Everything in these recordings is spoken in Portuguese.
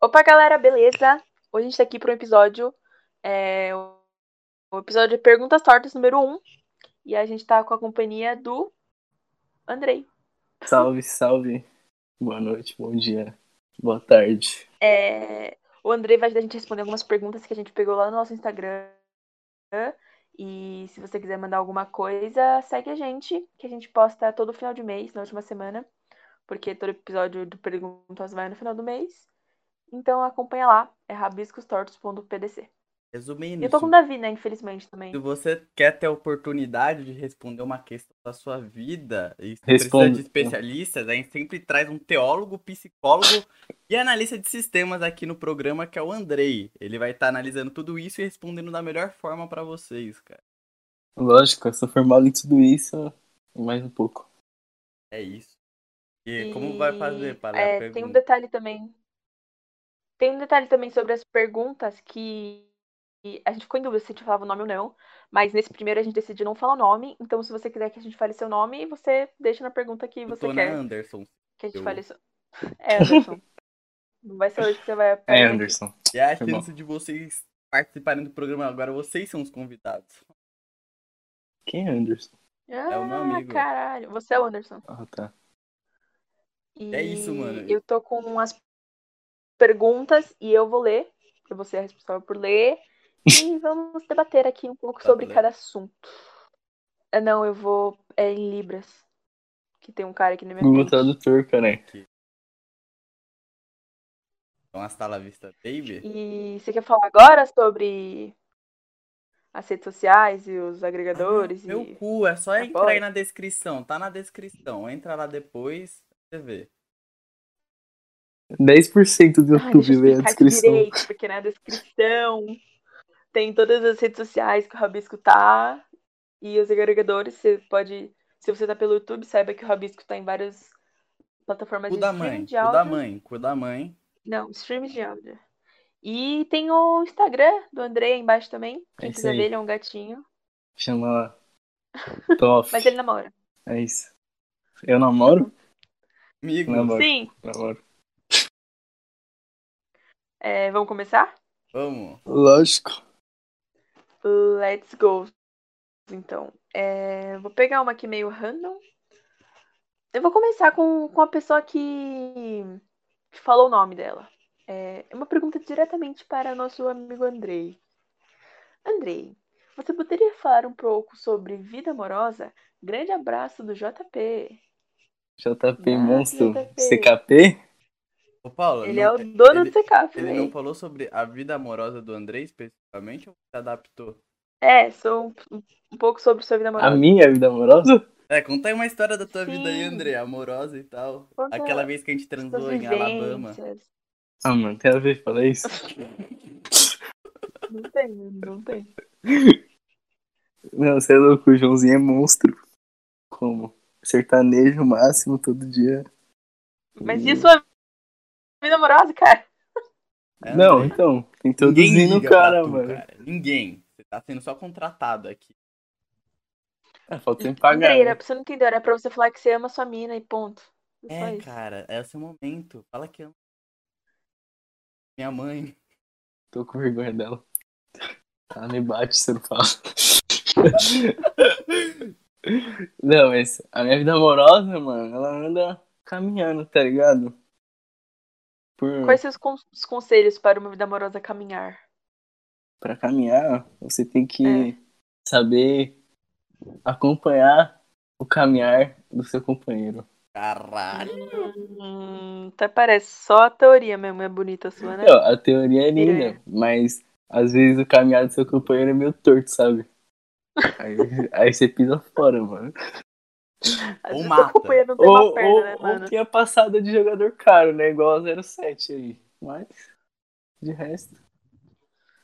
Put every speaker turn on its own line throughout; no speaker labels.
Opa, galera, beleza? Hoje a gente tá aqui para um episódio. É, o episódio de Perguntas Tortas número 1. E a gente tá com a companhia do Andrei.
Salve, salve. Boa noite, bom dia, boa tarde.
É, o Andrei vai ajudar a gente a responder algumas perguntas que a gente pegou lá no nosso Instagram. E se você quiser mandar alguma coisa, segue a gente, que a gente posta todo final de mês, na última semana. Porque todo episódio do Perguntas vai no final do mês. Então acompanha lá, é rabiscostortos.pdc.
Resumindo,
Eu tô com o Davi, né, infelizmente, também.
se você quer ter a oportunidade de responder uma questão da sua vida e se
Responda.
precisa de especialistas, a gente sempre traz um teólogo, psicólogo e analista de sistemas aqui no programa, que é o Andrei. Ele vai estar analisando tudo isso e respondendo da melhor forma pra vocês, cara.
Lógico, eu sou formado em tudo isso e mais um pouco.
É isso. E, como vai fazer para
é,
a
Tem um
pergunta?
detalhe também. Tem um detalhe também sobre as perguntas que que a gente ficou em dúvida se a gente falava o nome ou não, mas nesse primeiro a gente decidiu não falar o nome, então se você quiser que a gente fale seu nome, você deixa na pergunta que você
Tô na
quer
Anderson.
que a gente
eu-
fale seu. É, Anderson. não vai ser hoje que você vai
É,
aprender.
Anderson.
E é a
Foi bom.
chance de vocês participarem do programa agora. Vocês são os convidados.
Quem é Anderson?
Ah,
É o meu amigo.
caralho. Você é o Anderson.
Ah, tá.
E
É isso, mano.
Eu tô com umas perguntas e eu vou ler. Eu vou ser a responsável por ler. E vamos debater aqui um pouco
Tá,
sobre
beleza.
cada assunto. Ah, Não, eu vou é, em Libras. Que tem um cara aqui na minha
Google
frente.
Tradutor, cara.
Então, hasta la vista, baby.
E você quer falar agora sobre as redes sociais e os agregadores?
Meu
e...
cu, é só
Tá
entrar aí
bom.
na descrição, tá na descrição. Entra lá depois, você vê.
10% do
Ai, deixa
YouTube
eu
vem a
explicar aqui
descrição.
direito, porque na descrição tem todas as redes sociais que o Rabisco tá e os agregadores. Você pode, se você tá pelo YouTube, saiba que o Rabisco tá em várias plataformas
Cu
de
da
streaming
mãe, cu
de
da
áudio.
mãe, cu da mãe.
Não, streaming de áudio. E tem o Instagram do André aí embaixo também. Quem
É isso
quiser
aí.
ver, ele é um gatinho.
Chama lá. Top.
Mas ele namora.
É isso. Eu namoro?
Amigo,
Namoro.
Sim,
Namoro.
é, vamos começar?
vamos.
Lógico.
Let's go. Então, é, vou pegar uma aqui meio random. Eu vou começar com, com a pessoa que, que falou o nome dela. É é uma pergunta diretamente para nosso amigo Andrei. Andrei, você poderia falar um pouco sobre vida amorosa? Grande abraço do JP.
JP
Ah,
Monstro.
JP.
CKP?
Ô, Paulo,
Ele
não-
é o dono
ele-
do CK,
Ele não
velho.
falou sobre a vida amorosa do André especificamente ou se adaptou?
É, sou um, um pouco sobre sua vida
A
amorosa.
minha vida amorosa?
É, conta aí uma história da tua vida aí,
Sim.
André, amorosa e tal.
Conta
Aquela vez que a gente
suas
transou em Alabama.
vivências.
Ah, mano, tem a ver falar isso?
Não tem, não tem.
Não, você é louco, o Joãozinho é monstro. Como? Sertanejo máximo todo dia.
Mas
E-
Hum.
e a sua vida amorosa, cara?
É,
Não,
André,
então, tem
ninguém
introduzindo o
liga pra
cara,
tu,
mano.
cara. Ninguém. Você tá sendo só contratado aqui.
É, falta sempre pagar.
Andrei,
né?
era pra você não entender, era pra você falar que você ama sua mina e ponto. É só
É,
isso.
cara, é o seu momento. Fala que ama. Minha mãe.
Tô com vergonha dela. Ela me bate se eu não falo. não, mas a minha vida amorosa, mano, ela anda caminhando, tá ligado? Por,
Quais seus con- os conselhos para uma vida amorosa caminhar?
Pra caminhar, você tem que
É.
saber acompanhar o caminhar do seu companheiro.
Caralho.
Hum, até parece só a teoria mesmo, é bonita a sua, né?
Não, a teoria é linda,
É.
mas às vezes o caminhar do seu companheiro é meio torto, sabe? Aí, aí você pisa fora, mano.
Às
Ou
vezes
mata.
a companhia não tem
Ou,
uma perna,
ou,
né,
ou
mano?
tem a passada de jogador caro, né? Igual a 07 aí. Mas, de resto.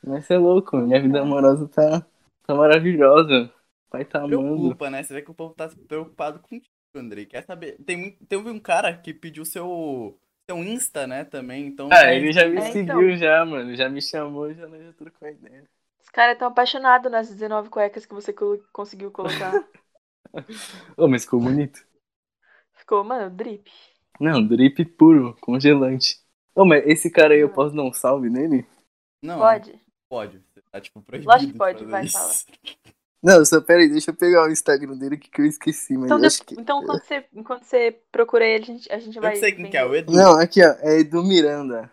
Mas você é louco, minha vida amorosa tá, tá maravilhosa. O pai tá amando.
Preocupa, né? Você vê que o povo tá preocupado contigo, Andrei. Quer saber? Tem, muito- teve um cara que pediu seu, seu Insta, né, também. Então,
Ah, ele já me
É, então.
seguiu já, mano. Já me chamou, já, já trocou ideia.
Os caras estão apaixonados nas 19 cuecas que você colo- conseguiu colocar.
Ô, mas ficou bonito.
Ficou, mano, drip.
Não, drip puro, congelante. Ô, mas esse cara aí
Ah.
eu posso dar um salve nele?
Não,
Pode?
pode. Você tá, tipo, proibido
Lógico que
de
pode,
fazer
vai,
isso.
fala.
Não, só peraí, deixa eu pegar o Instagram dele que, que eu esqueci, mas
Então,
eu acho
de-
que.
então quando você, enquanto você procura ele, a gente, a gente
Eu
vai.
que sei quem
vendo.
que é, o Edu.
Não, aqui ó, é Edu Miranda.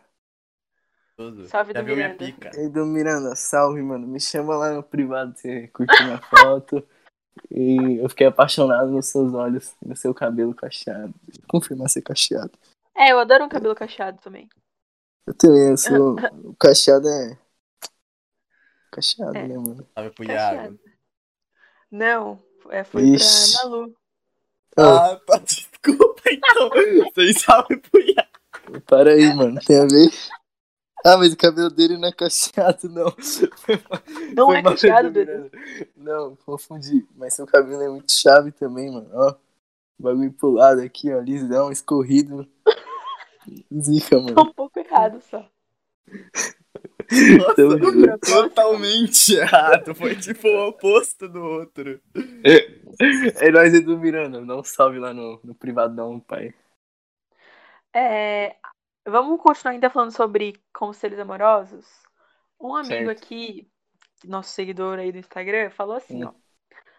É
Gostoso.
Salve
Já
do Tá
viu minha
Miranda.
pica.
Edu Miranda, salve, mano. Me chama lá no privado se você curte minha foto. E eu fiquei apaixonado nos seus olhos, no seu cabelo cacheado. Deixa eu confirmar ser cacheado.
É, eu adoro um cabelo cacheado também.
Eu também, eu sou. O cacheado é. Cacheado,
É.
né, mano?
Salve pro Iago.
Cacheado. Não, é, foi
Ixi.
pra Malu.
Ah,
Ah, tá, desculpa então. Vocês salve pro Iago.
para aí, mano. Tem a ver? Ah, mas o cabelo dele não é cacheado, não.
Não
Foi
é
mal, né?
cacheado,
Edu
Dudu.
Miranda. Não, confundi. Mas seu cabelo é muito chave também, mano. Ó, bagulho pro lado aqui, ó, lisão, escorrido. Zica,
Tá
mano.
um pouco errado só.
Tamo junto.
Nossa, totalmente errado. Foi tipo o oposto do outro.
É nóis, Edu Miranda. Dá um salve lá no, no privadão, pai.
É, vamos continuar ainda falando sobre conselhos amorosos. Um amigo
Certo.
aqui, nosso seguidor aí do Instagram, falou
Hum.
assim, ó.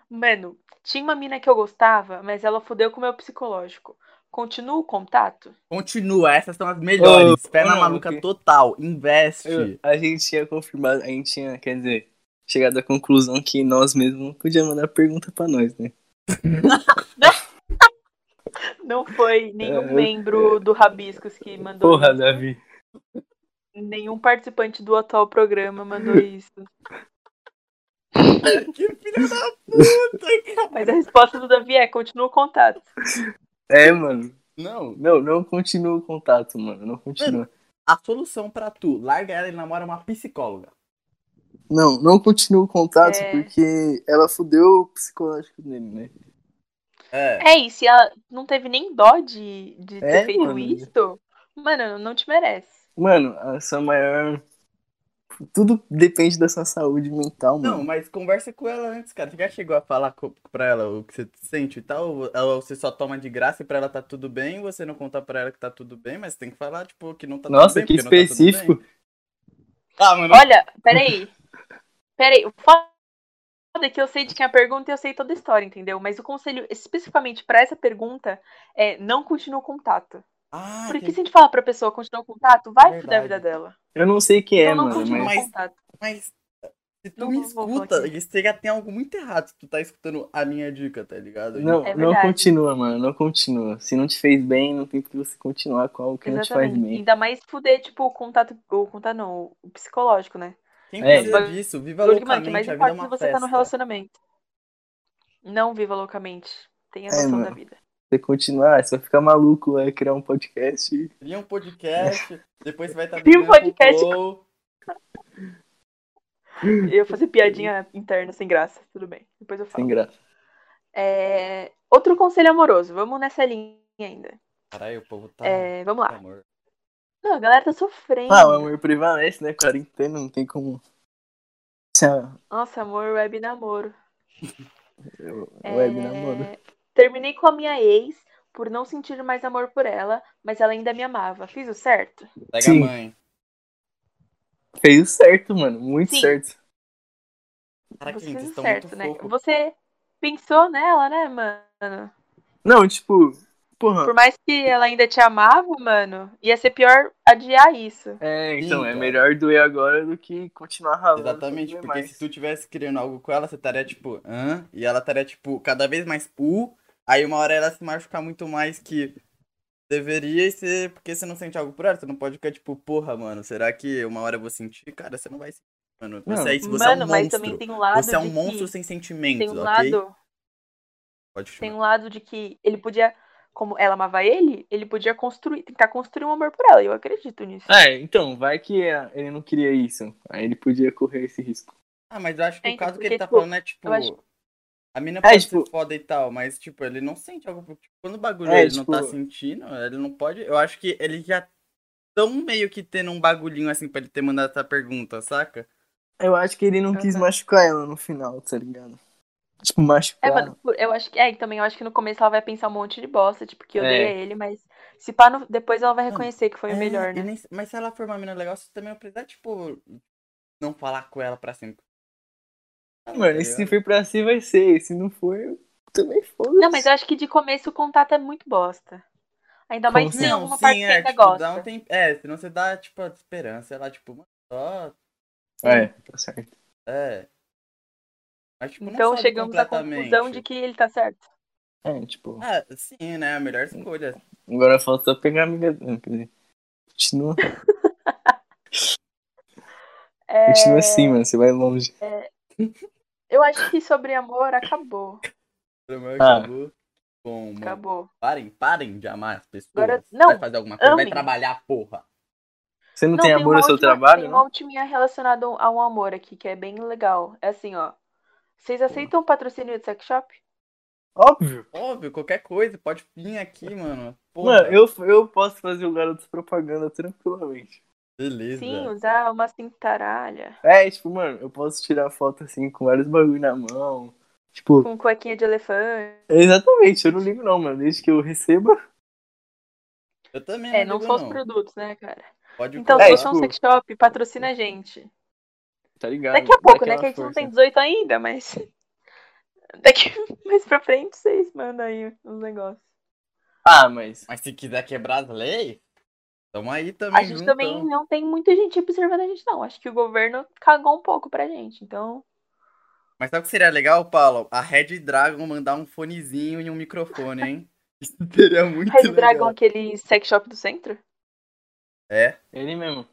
Mano, tinha uma mina que eu gostava, mas ela fudeu com o meu psicológico. Continua o contato?
Continua, essas são as melhores.
Ô,
Perna
ô,
maluca
ok.
total. Investe.
Eu- a gente tinha confirmado, a gente tinha, quer dizer, chegado à conclusão que nós mesmos não podíamos mandar pergunta pra nós, né?
Não foi
É,
nenhum
eu-
membro do Rabiscos que mandou
Porra, né?
isso.
Davi.
Nenhum participante do atual programa mandou isso.
Que filha da puta, cara.
Mas a resposta do Davi é: continua o contato.
É, mano.
Não,
Não, não continua o contato, mano. Não continua.
a solução pra tu, larga ela e namora uma psicóloga.
Não, não continua o contato
É.
porque ela fudeu o psicológico dele, né?
É.
É isso, e ela não teve nem dó de, de ter
É,
feito
mano.
isso. Mano, não te merece.
Mano, a sua maior. Tudo depende da sua saúde mental,
Não,
mano.
mas tá conversa com ela antes, cara. Você já chegou a falar co- pra ela o que você sente e tal? Ou ou você só toma de graça e pra ela tá tudo bem? Você não conta pra ela que tá tudo bem, mas tem que falar, tipo, que não tá
Nossa,
tudo
que
bem. porque não tá tudo bem.
específico.
Ah, mano,
Olha, peraí. Peraí, o foda é que eu sei de quem é a pergunta e eu sei toda a história, entendeu? Mas o conselho especificamente pra essa pergunta é não continua o contato.
Ah,
Porque
que-
se a gente fala pra pessoa continuar o contato, vai
É
fuder a vida
verdade.
dela.
Eu não sei o que é,
então não
mano,
continua
mas.
o contato.
mas se tu
Não
me
vou- vou falar
escuta,
aqui.
isso já tem algo muito errado se tu tá escutando a minha dica, tá ligado?
Não,
É
não
verdade.
continua, mano. Não continua. Se não te fez bem, não tem por que você continuar com algo que não te faz
Exatamente.
bem.
Ainda mais fuder, tipo, o contato. O contato não, o psicológico, né?
Quem
É.
precisa disso? Viva
Porque, mano, o
loucamente,
que mais
a vida é
importa é
uma
se você
festa.
tá no relacionamento. Não viva loucamente. Tenha
É,
noção da
mano.
vida.
Você continuar, você vai ficar maluco, vai criar um podcast. e-
Cria um podcast, depois você vai tá estar
Cria um podcast. Eu ia fazer piadinha interna sem graça. Tudo bem. Depois eu falo.
Sem graça.
É, Outro conselho amoroso. Vamos nessa linha ainda.
Caralho, o povo tá.
É, vamos lá.
Amor.
Não, a galera tá sofrendo.
Ah, o amor prevalece, né? Quarentena, não tem como. Se a-
Nossa, amor, web namoro.
Web
É,
namoro.
Terminei com a minha ex por não sentir mais amor por ela, mas ela ainda me amava. Fiz o certo?
Pega
Sim.
a mãe.
Fez o certo, mano. Muito
Sim.
certo.
Caraca,
Você
gente,
fez
vocês
o
estão
Tá certo,
muito
né?
fofos.
Você pensou nela, né, mano?
Não, tipo, porra.
Por mais que ela ainda te amava, mano, ia ser pior adiar isso.
É, então,
Sim,
é
cara.
melhor doer agora do que continuar ralando.
Exatamente,
pra
porque
doer
se
mais.
tu tivesse criando algo com ela, você estaria tipo, hã? E ela estaria tipo, cada vez mais u. Aí uma hora ela se machucar muito mais que deveria e você, porque você não sente algo por ela, você não pode ficar tipo, porra, mano, será que uma hora eu vou sentir? Cara, você não vai sentir, mano.
Não.
Você, é isso, você
mano,
é um
mas
monstro.
também tem um lado.
você é um
de que-
monstro sem sentimentos,
Tem um
ok?
lado.
Pode
Tem
chamar.
um lado de que ele podia. Como ela amava ele, ele podia construir, tentar construir um amor por ela. e Eu acredito nisso.
É, então, vai que é, ele não queria isso. Aí ele podia correr esse risco.
Ah, mas eu acho que
É,
o
então,
caso que ele
porque,
tá
tipo,
falando é tipo.
eu acho-
A mina pode
tipo-
ser foda e tal, mas, tipo, ele não sente algo. pro- tipo, quando o bagulho
É,
ele
tipo-
não tá sentindo, ele não pode. Eu acho que ele já tão meio que tendo um bagulhinho assim pra ele ter mandado essa pergunta, saca?
Eu acho que ele não quis
Uhum.
machucar ela no final, tá ligado? Tipo, machucar.
É, mano, por- eu acho que. É, e também eu acho que no começo ela vai pensar um monte de bosta, tipo, que
É.
odeia ele, mas se pá, no- depois ela vai
Mano,
reconhecer que foi
É,
o melhor,
e
né?
nem- mas se ela for uma mina legal, você também vai precisar, tipo, não falar com ela pra sempre. Ah,
Mano,
tá
e se
ligado?
for pra si, vai ser. E se não for, eu também foda-se.
Não, mas eu acho que de começo o contato é muito bosta. Ainda
Como
mais se
assim?
não, uma parte que ainda
tipo,
gosta.
dá um tempo. É, senão você dá, tipo, a esperança, ela, tipo, mano, só.
É, tá certo.
É. Mas, tipo, não
Então
sabe
chegamos à
completamente.
conclusão de que ele tá certo.
É, tipo,
Ah, sim, né? A melhor escolha.
agora falta só pegar a amiga. Não, quer dizer, continua,
É,
continua assim, mano. Você vai longe.
Eu acho que sobre amor acabou.
O meu
Ah.
acabou. Bom, mano.
Acabou.
Parem, parem de amar as pessoas.
Agora- não,
Vai fazer alguma coisa, vai
amem.
trabalhar, porra.
Você não, tem amor
uma
ao seu
última-
trabalho?
Tem um assim,
não?
uma ultiminha relacionada a um amor aqui, que é bem legal. É assim, ó. Vocês aceitam patrocínio de sex shop?
Óbvio.
Óbvio, qualquer coisa, pode vir aqui, mano. Porra.
Mano, eu, eu posso fazer o garoto propaganda tranquilamente.
Beleza.
Sim, usar uma cintaralha
É, tipo, mano, eu posso tirar foto assim com vários bagulho na mão. Tipo,
com cuequinha de elefante.
exatamente, eu não ligo não, mano. Desde que eu receba.
Eu também
É,
não
não
ligo,
só os
não.
produtos, né, cara?
Pode
Então,
É,
se
colar.
você é
tipo-
um sex shop, patrocina a gente.
Tá ligado?
Daqui a pouco,
Dá
né?
aquela
Que a gente não
força.
tem 18 ainda, mas. Daqui mais pra frente vocês mandam aí os negócios.
Ah, mas.
Mas se quiser quebrar as leis, tamo aí também.
A gente
junto.
então.
também não tem muita gente observando a gente, não. Acho que o governo cagou um pouco pra gente. Então,
Mas sabe o que seria legal, Paulo? A Red Dragon mandar um fonezinho e um microfone, hein? Isso seria muito
Red
legal.
Dragon, aquele sex shop do centro?
É.
Ele mesmo.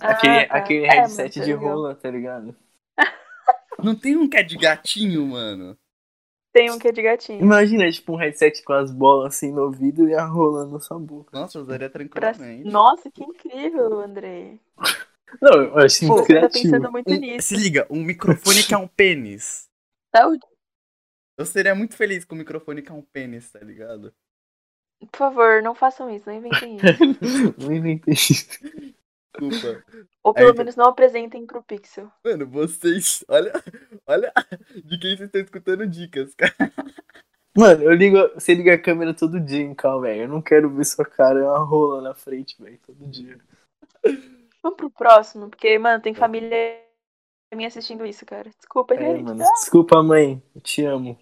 Ah,
aquele
tá.
aquele
É,
headset
mano,
de
tá ligado.
rola, tá ligado?
Não tem um que é de gatinho, mano?
Tem um que é de gatinho.
Imagina, tipo, um headset com as bolas assim no ouvido e a rola na sua boca.
Nossa, eu usaria
Pra-
tranquilamente.
Nossa, que incrível, André.
Não, eu acho
Pô, você
muito
tá
criativo.
pensando muito
Um-
nisso.
se liga, um microfone que é um pênis.
Saúde.
Eu seria muito feliz com um microfone que é um pênis, tá ligado?
Por favor, não façam isso, não inventem isso.
Não inventei isso.
Desculpa.
Ou pelo
Aí-
menos não apresentem pro Pixel.
Mano, vocês. Olha, olha de quem vocês estão escutando dicas, cara.
Mano, eu ligo, você liga a câmera todo dia em cal, velho. Eu não quero ver sua cara e uma rola na frente, velho, todo dia.
Vamos pro próximo, porque, mano, tem família minha assistindo isso, cara. Desculpa,
É,
realmente.
mano. Desculpa, mãe. Eu te amo.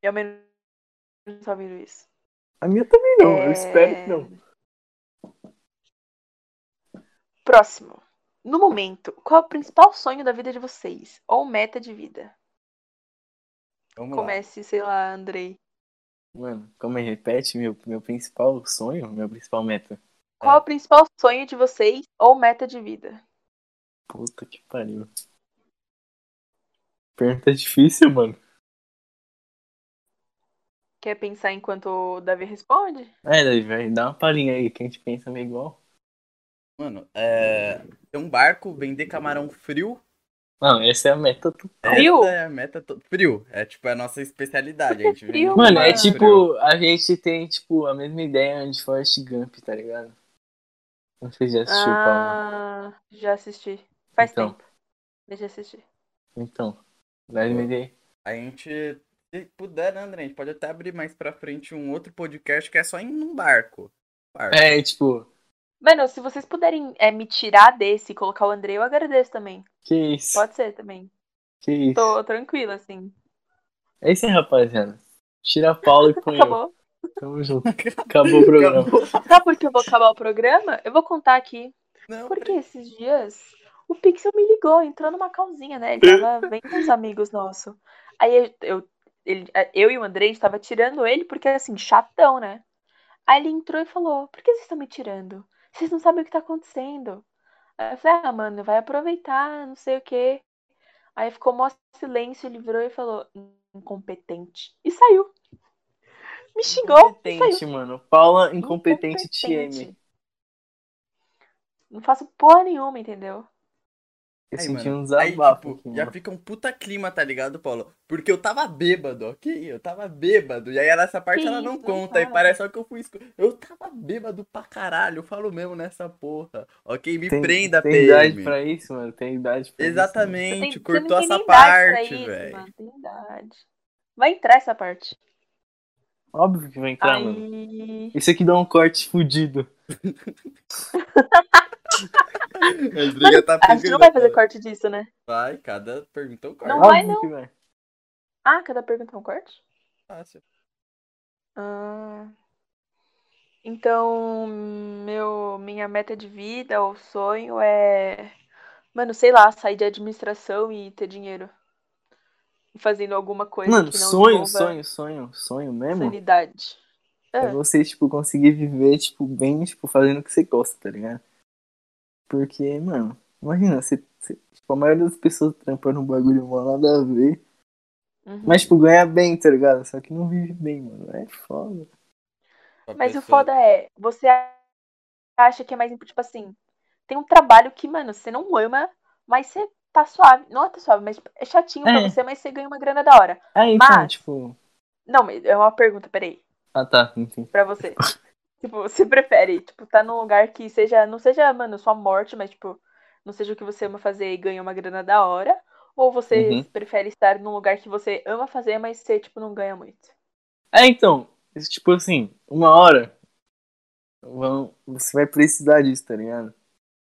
Eu menos só ouvindo isso.
A minha também não. Eu
É.
espero que não.
Próximo. No momento, qual é o principal sonho da vida de vocês? Ou meta de vida?
Vamos lá.
Comece, sei lá, Andrei.
Mano, como aí, repete, meu, meu principal sonho, meu principal meta.
Qual é o principal sonho de vocês ou meta de vida?
Puta que pariu. Pergunta difícil, mano.
Quer pensar enquanto o Davi responde?
É, Davi, vai, dá uma palhinha aí que a gente pensa meio igual.
Mano, é. Ter um barco, vender camarão frio.
Não, essa é a meta total.
Frio?
Essa é a meta. to- Frio. É tipo a nossa especialidade. A
Por que
gente
frio,
vende
Mano, é
Mano.
frio.
tipo, a gente tem, tipo, a mesma ideia de Forrest Gump, tá ligado? Não sei se já assistiu, Palma.
ah, já assisti. Faz
Então.
tempo. Deixa eu assistir.
Então, dá uma ideia.
A gente. Se puder, né, André? A gente pode até abrir mais pra frente um outro podcast que é só em um barco. Barco.
É, tipo,
Mano, se vocês puderem é, me tirar desse e colocar o Andrei, eu agradeço também.
que isso,
Pode ser também.
que isso.
Tô tranquila, assim.
É isso aí, rapaziada. Tira a Paula e põe eu.
Acabou.
Tamo junto. Acabou o programa.
Acabou.
Sabe por que eu vou acabar o programa? Eu vou contar aqui.
Não,
Porque esses dias o Pixel me ligou, entrou numa calzinha, né? Ele tava vendo uns amigos nossos. Aí eu, ele, eu e o André, a gente tava tirando ele porque, assim, chatão, né? Aí ele entrou e falou: Por que vocês estão me tirando? Vocês não sabem o que tá acontecendo. Aí eu falei: Ah, mano, vai aproveitar, não sei o quê. Aí ficou mó silêncio, ele virou e falou: Incompetente. E saiu. Me xingou.
Incompetente, mano. Paula incompetente TM.
Não faço porra nenhuma, entendeu?
Eu
Aí,
senti
mano,
um
Aí,
desabafo
tipo,
aqui,
já
mano.
fica um puta clima, tá ligado, Paulo? Porque eu tava bêbado, ok? Eu tava bêbado. E aí ela- essa parte
Que
ela não
isso,
conta. E
cara?
parece só que eu fui esco... Eu tava bêbado pra caralho. Eu falo mesmo nessa porra. Ok? Me
Tem,
prenda,
tem
PM.
idade pra isso, mano. Tem idade pra
Você
Exatamente.
tem- você
cortou
não tem
essa
nem idade pra
parte,
isso,
velho.
mano, Tem idade. Vai entrar essa parte.
isso. Mano. Óbvio que vai entrar, mano.
Aí.
Isso aqui dá um corte fudido.
A Andrea tá
A gente não vai fazer corte disso, né?
Vai, cada pergunta um corte.
Não
Óbvio
vai, não.
que vai.
Ah, cada pergunta é um corte?
Fácil.
Ah. Então, meu, minha meta de vida ou sonho é, mano, sei lá, sair de administração e ter dinheiro. Fazendo alguma coisa
Mano,
que não
sonho,
envolva
sonho, sonho, sonho mesmo.
sanidade.
É você, tipo, conseguir viver, tipo, bem, tipo, fazendo o que você gosta, tá ligado? Porque, mano, imagina, você, você- tipo, a maioria das pessoas trampando um bagulho mal nada a ver.
Uhum.
Mas, tipo, ganha bem, tá ligado? Só que não vive bem, mano. É foda.
Pra
Mas o
pessoa-
foda é, você acha que é mais, tipo assim, tem um trabalho que, mano, você não ama, mas você tá suave. Não é tá suave, mas tipo, é chatinho
É.
pra você, mas você ganha uma grana da hora.
Ah, então,
Mas-
tipo.
Não, mas é uma pergunta, peraí,
Ah, tá, enfim.
pra você. tipo, você prefere, tipo, tá num lugar que seja, não seja, mano, sua morte, mas, tipo, não seja o que você ama fazer e ganha uma grana da hora. Ou você
Uhum.
prefere estar num lugar que você ama fazer, mas você, tipo, não ganha muito?
É, então, isso, tipo assim, uma hora vão, você vai precisar disso, tá ligado?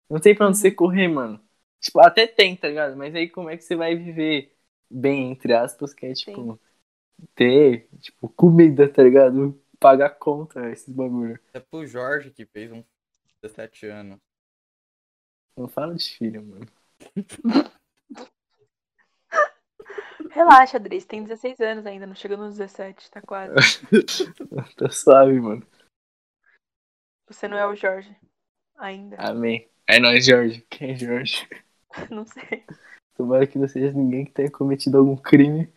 Não tem pra onde você correr, mano. Tipo, até tem, tá ligado? Mas aí como é que você vai viver bem, entre aspas, que é, tipo, ter, tipo, comida, tá ligado? Pagar conta, esses bagulho.
É pro Jorge que fez um 17 anos.
Não fala de filho, mano.
Relaxa, Adri, você tem 16 anos ainda, não chegou nos 17, tá quase.
Tá suave, mano.
Você não é o Jorge. Ainda.
Amém. É nóis, Jorge. Quem é Jorge?
Não sei.
Tomara que não seja ninguém que tenha cometido algum crime.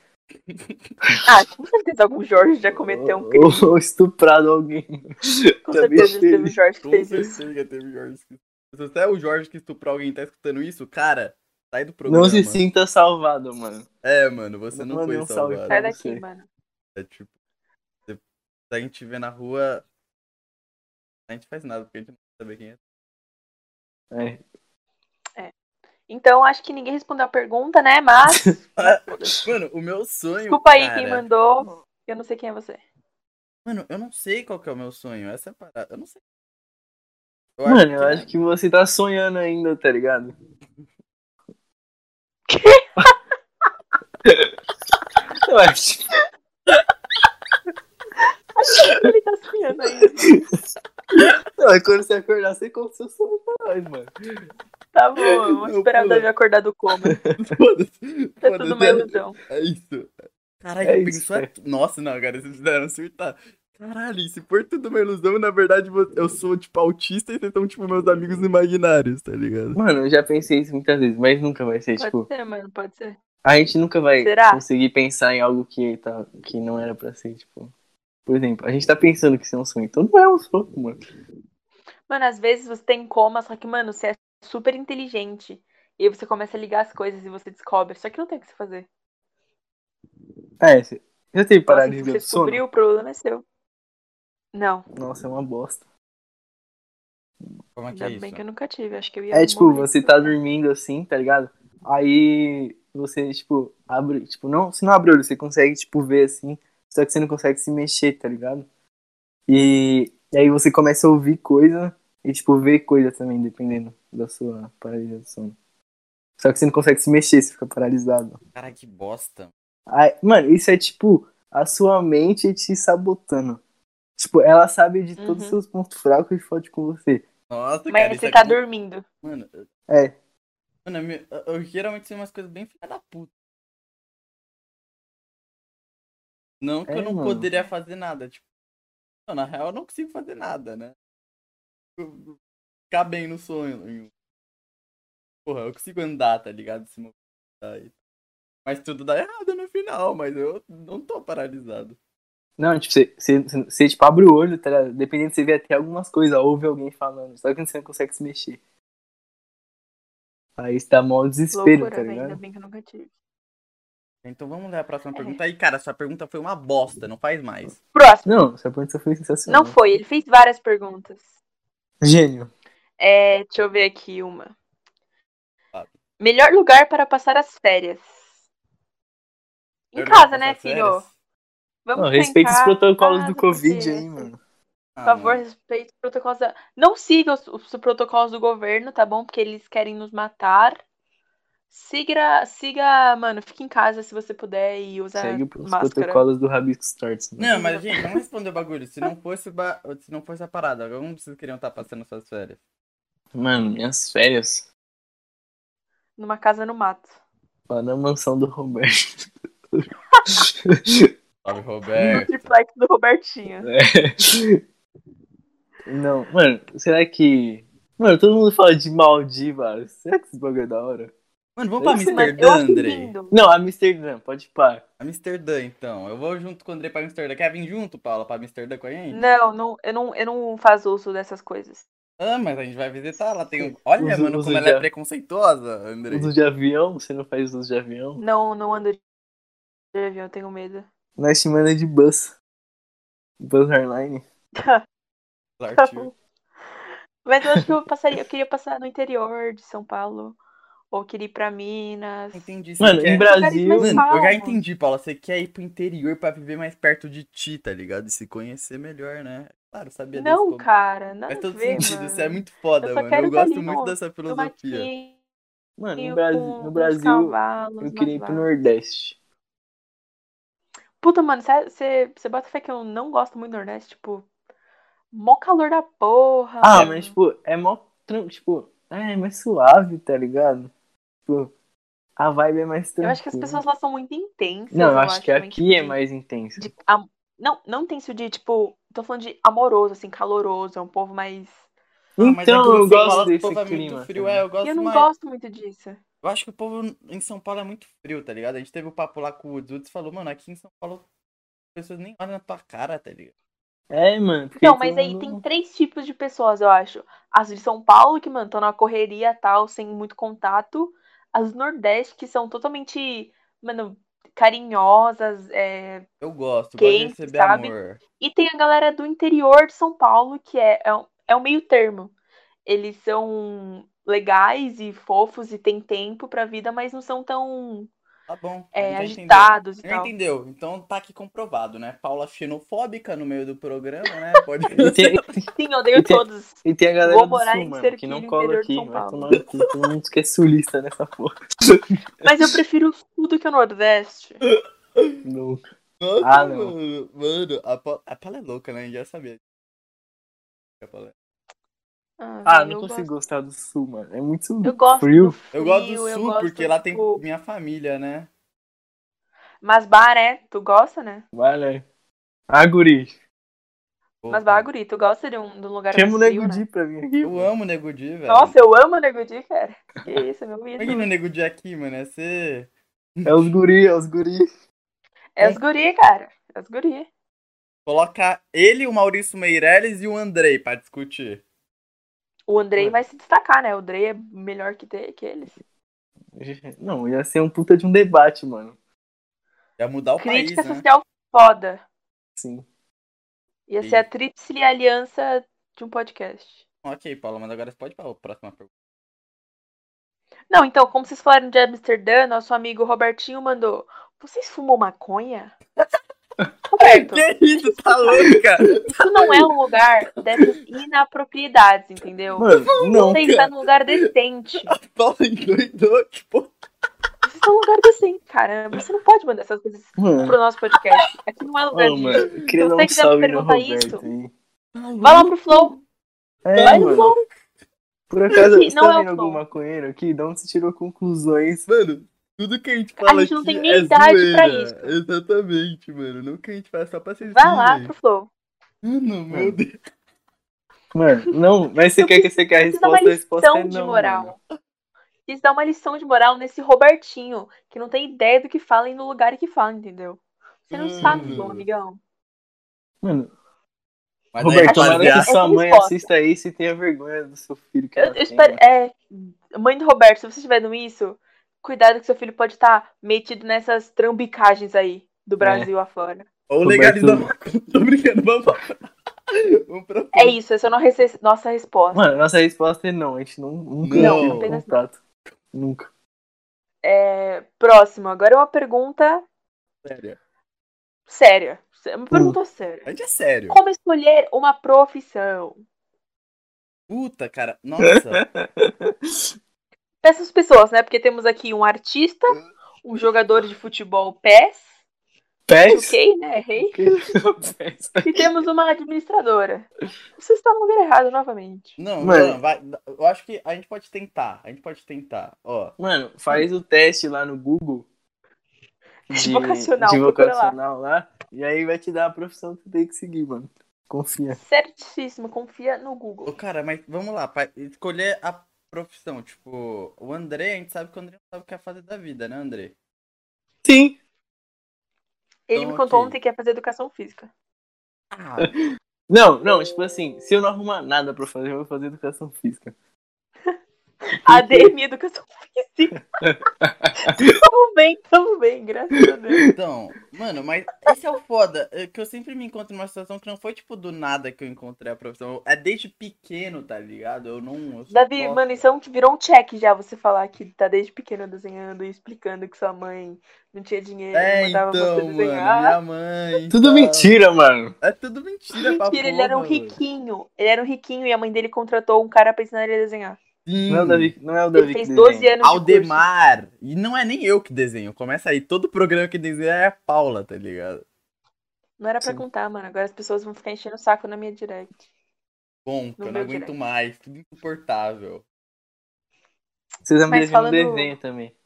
Ah, com certeza algum Jorge já cometeu um crime.
Ou, ou estuprado alguém.
Com
Também
certeza
teve.
teve um Jorge que
Com
fez isso.
certeza que teve Jorge que Se até o Jorge que estuprou alguém e tá escutando isso, cara, sai do programa.
Não se sinta salvado, mano.
É, mano, você não,
Não mandei
foi
um salve.
salvado.
Sai
não
daqui,
sei.
mano.
É tipo, se a gente vê na rua, a gente faz nada, porque a gente não sabe quem é.
É.
Então, acho que ninguém respondeu a pergunta, né? Mas.
Mano, o meu sonho,
Desculpa aí
cara...
quem mandou. Eu não sei quem é você.
Mano, eu não sei qual que é o meu sonho, essa é a parada, eu não sei. Eu
Mano, eu acho que você tá sonhando ainda, tá ligado? eu acho.
Ele tá sonhando ainda.
Não, é quando você acordar, você conta seu sonho pra nós, mano.
Tá bom, eu vou
Eu
esperar o
pulei.
Davi acordar do coma.
Foda-se,
Tá tudo uma
né?
foda-se,
ilusão.
É isso. Caralho,
É
eu
isso,
penso. é- Nossa, não, cara, vocês fizeram surtar. Caralho, se for tudo uma ilusão, na verdade vo- eu sou, tipo, autista e vocês são, tipo, meus amigos imaginários, tá ligado?
Mano, eu já pensei isso muitas vezes, mas nunca vai ser, tipo.
Pode ser, mano, pode ser.
A gente nunca vai
Será?
conseguir pensar em algo que, tá, que não era pra ser, tipo. Por exemplo, a gente tá pensando que isso é um sonho, então não é um sonho, mano.
Mano, às vezes você tem coma, só que, mano, você é super inteligente. E aí você começa a ligar as coisas e você descobre. Só que não tem o que você fazer.
É, você já teve
Então, assim,
paralisia
se você
do sono?
descobriu, o problema é seu. Não.
Nossa, é uma bosta.
Como é que
Ainda
é
bem
isso?
que eu nunca tive, acho que eu ia.
É tipo,
morrer.
você tá dormindo assim, tá ligado? Aí você, tipo, abre, tipo, não, você não abre o olho, você consegue, tipo, ver assim, só que você não consegue se mexer, tá ligado? E, e aí você começa a ouvir coisa e, tipo, ver coisa também, dependendo da sua paralisia do sono. Só que você não consegue se mexer, você fica paralisado.
Cara, que bosta.
Aí- mano, isso é tipo a sua mente te sabotando. Tipo, ela sabe de todos os
Uhum.
seus pontos fracos e fode com você.
Nossa,
Mas
cara, isso
você
é
tá
com-
dormindo.
Mano, eu-
É.
mano, eu, me- eu- eu geralmente sei umas coisas bem filha da puta. Não que
É,
eu não
mano.
poderia fazer nada, tipo... Não, na real eu não consigo fazer nada, né? Eu- Ficar bem no sonho. um. Porra, eu consigo andar, tá ligado? Se movimentar e... Mas tudo dá errado no final, mas eu não tô paralisado.
Não, tipo, você, você, você, tipo, abre o olho, tá ligado? Dependendo, você vê até algumas coisas, ouve alguém falando, só que você não consegue se mexer. Aí está mó desespero,
Loucura,
tá
velho, ainda
ligado?
bem que eu nunca tive.
Então vamos ler a
É.
próxima pergunta. aí cara, sua pergunta foi uma bosta, não faz mais.
Próximo.
Não, essa pergunta foi sensacional.
Não foi, ele fez várias perguntas.
Gênio.
É, deixa eu ver aqui uma.
Fala.
Melhor lugar para passar as férias? Em
Eu
casa,
não
né,
faço
filho?
férias.
Vamos
Não,
ficar em
respeita os
casa,
protocolos do
porque-
Covid aí, mano.
Ah,
Por favor,
mano.
respeite os protocolos da... Não siga os, os protocolos do governo, tá bom? Porque eles querem nos matar. Siga, siga, mano, fique em casa se você puder e usa
Segue os
máscara.
protocolos do Rabisco Starts. Né?
Uhum.
Não, mas gente, vamos responder o bagulho. Se não fosse, o ba... se não fosse a parada, como vocês queriam estar passando suas férias?
Mano, minhas férias.
Numa casa no mato.
Lá na mansão do Roberto.
Salve,
No
Roberto.
triplex do Robertinho.
Não, mano, será que. Mano, todo mundo fala de Maldivas. Será que esse bagulho é da hora?
Mano, vamos pra
Esse
Mano, eu
Amsterdã,
acho
Andrei.
lindo.
Não, Amsterdã, pode parar.
Amsterdã, então. Eu vou junto com o Andrei pra Amsterdã. Quer vir junto, Paula, pra Amsterdã com a gente?
Não, não, eu não, eu não faço uso dessas coisas.
Ah, mas a gente vai visitar. Ela tem. um- Olha,
Uso-
mano,
uso
como ela
já.
é preconceituosa, Andrei.
Uso de avião? Você não faz uso de avião?
Não, não ando de avião, eu tenho medo.
Nós te manda de bus. Bus Airline.
Arthur.
Mas eu acho que eu passaria, eu queria passar no interior de São Paulo. Ou queria ir pra Minas.
Entendi. você
Mano,
quer-
em
Mas
Brasil.
mais
Mano, eu
calmo.
já entendi, Paula. Você quer ir pro interior pra viver mais perto de ti, tá ligado? E se conhecer melhor, né? Claro, sabia disso.
Não,
como-
cara, nada
Faz
a
todo
ver,
sentido,
mano.
isso é muito foda,
Eu só
mano.
quero
Eu
tá
gosto
ali
muito
no-
dessa
No
filosofia.
Mano,
matinho,
no, Brasi-
com-
no
com os
Brasil,
cavalos,
eu queria ir pro
umas vacas.
Nordeste.
Puta, mano, você bota fé que eu não gosto muito do Nordeste, tipo. Mó calor da porra.
Ah,
mano.
mas, tipo, é mó. tran- Tipo, é mais suave, tá ligado? Tipo, a vibe é mais
Eu
tranquila.
acho que as pessoas lá são muito intensas.
Não, eu acho que
também,
aqui é
tipo,
mais intensa.
de am- Não, não intenso de, tipo. Tô falando de amoroso, assim, caloroso. É um povo mais.
Ah, mas é que
Então, eu
você fala
gosto
que o
desse
povo é muito
clima. tá
frio,
também.
é, eu gosto
E eu não
mais.
gosto muito disso.
Eu acho que o povo em São Paulo é muito frio, tá ligado? A gente teve o papo lá com o Dudes e falou, mano, aqui em São Paulo as pessoas nem olham na tua cara, tá ligado?
É, mano. porque
Então, mas
todo
aí
mundo-
tem três tipos de pessoas, eu acho. As de São Paulo, que, mano, estão na correria e tal, sem muito contato. As do Nordeste, que são totalmente, mano, carinhosas. é.
Eu gosto, gosto de
Quem
receber
sabe?
amor.
E tem a galera do interior de São Paulo, que é, é, um, é um meio termo. Eles são legais e fofos e têm tempo pra vida, mas não são tão
Tá bom. a
é,
gente já entendeu.
agitados e
Já
tal.
entendeu? Então tá aqui comprovado, né? Paula xenofóbica no meio do programa, né? Pode
E tem,
Sim, eu odeio
E tem-
todos.
e tem a galera
Vou
do
morar
sul,
em
mano, que
Serquilho,
não cola
interior de
aqui.
São
Vai
Paulo.
tomar aqui. Todo mundo que é sulista nessa porra.
Mas eu prefiro o sul do que o Nordeste.
Não.
Nossa,
Ah, não.
mano. Mano, a Paula, a Paula é louca, né? A gente já sabia. A Paula é-
Ah,
velho,
não
eu
consigo gostar do sul, mano. É muito
Eu gosto
frio.
do frio,
Eu gosto do sul
gosto,
porque lá tem
tipo,
minha família, né?
Mas Baré, tu gosta, né?
Vai, né? Ah, guri.
Mas
bagulho.
Baguri, tu gosta de um, de um lugar
Chama o
mais frio,
Nego
né?
Di pra mim aqui.
Eu amo o Nego Di, velho.
Nossa, eu amo o Nego Di, cara. Que isso, é meu
Imagina
ídolo.
o Nego Di aqui, mano. É ser...
É os guri, é os guri.
É os guri, cara. É os guri.
Coloca ele, o Maurício Meirelles e o Andrei pra discutir.
O Andrei
Ué.
vai se destacar, né? O Andrei é melhor que, te- que eles.
Não, ia ser um puta de um debate, mano.
Ia mudar o
Crítica
país, né?
social foda.
Sim.
Ia
Sim.
ser a tríplice aliança de um podcast.
Ok, Paula, mas agora você pode ir pra próxima pergunta.
Não, então, como vocês falaram de Amsterdã, nosso amigo Robertinho mandou. Vocês fumam maconha? Roberto,
Que isso, tá louca?
isso não é um lugar dessas inapropriedades, entendeu?
Mano, não.
Você está num lugar decente. Você
Paula endoidou, tipo...
está num lugar decente, cara. Você não pode mandar essas coisas
Mano,
pro nosso podcast. Aqui não é lugar
ô,
disso.
mano. Queria
Se
dar
você
um
quiser
salve no
perguntar
Roberto
isso,
aí.
Vai lá pro Flow.
É,
Vai
mano.
no Flow.
Por acaso,
Sim,
você
não é
tá
o
vendo algum
Flow.
maconheiro aqui? De onde você tirou conclusões?
Mano, tudo que a gente fala
gente não tem
aqui
nem
é
idade
zoeira.
pra isso.
Exatamente, mano. Não que a gente fala só pra vocês
Vai lá
rirem.
pro Flow.
Mano, meu
Mano,
Deus.
Mano, não, mas você
Eu
quer que você quer a
Quis dar uma
resposta, a resposta
lição
é não.
de moral.
mano.
Quis dar uma lição de moral nesse Robertinho, que não tem ideia do que fala e no lugar que fala, entendeu? Você não está no Flow,
Hum.
amigão.
Mano,
Mas aí, Ah,
Roberto, tomara
rapaziada,
que sua
Essa é
mãe
resposta.
assista isso e tenha vergonha do seu filho que
Eu,
ela
eu
tem, né?
espero.
mano.
É, Mãe do Roberto, se você estiver vendo isso, cuidado que seu filho pode estar metido nessas trambicagens aí
É.
do Brasil afora.
Ou
Roberto-
legalizar. é Tô brincando, vamos lá. Vamos pra
É isso, essa é a nossa rece- nossa resposta.
Mano, nossa resposta é não. A gente não, nunca
Não,
teve
apenas
contato. Nunca.
É, próximo, agora é uma pergunta
sério.
séria. É Uma pergunta séria.
A gente é sério.
Como escolher uma profissão?
Puta, cara. Nossa.
Dessas pessoas, né? Porque temos aqui um artista,
É.
um jogador de futebol PES,
Pés?
ok, né? Errei.
Pés.
E temos uma administradora. Você está no lugar errado novamente.
Não,
Mano.
não, vai. Eu acho que a gente pode tentar. A gente pode tentar. Ó.
Mano, faz o teste lá no Google.
De vocacional,
de
procura
vocacional lá. E aí vai te dar a profissão que tu tem que seguir, mano. Confia.
Certíssimo, confia no Google.
Ô, cara, mas vamos lá. Pra escolher a profissão. Tipo, o André, a gente sabe que o André não sabe o que é fazer da vida, né, André?
Sim.
Ele
Então,
me contou
ok.
ontem que ia fazer educação física.
Ah,
Não, não, tipo assim, se eu não arrumar nada pra fazer, eu vou fazer educação física.
ADM Educação Física. tamo bem, tamo bem, graças a Deus.
Então, mano, mas esse é o foda. é Que eu sempre me encontro numa situação que não foi, tipo, do nada que eu encontrei a profissão. É desde pequeno, tá ligado? Eu não. Eu sou
Davi,
foda.
mano, isso é um- virou um check já você falar que tá desde pequeno desenhando e explicando que sua mãe não tinha dinheiro,
É,
não mandava você
então, mano,
desenhar.
minha mãe.
Tudo
tá?
mentira, mano.
É tudo mentira, pra
Mentira, ele era um
porra, mano.
riquinho. Ele era um riquinho e a mãe dele contratou um cara pra ensinar ele a desenhar.
Sim.
Não é o Davi, não é o Davi
Ele
que
fez
desenha.
12 anos de curso.
Aldemar. E não é nem eu que desenho. Começa aí. Todo programa que desenha é a Paula, tá ligado?
Não era pra
Sim.
contar, mano. Agora as pessoas vão ficar enchendo o saco na minha direct.
Bom, que
No
eu não
meu
aguento
direct.
mais. Tudo insuportável.
Vocês vão me
Mas
devendo um
falando-
desenho também.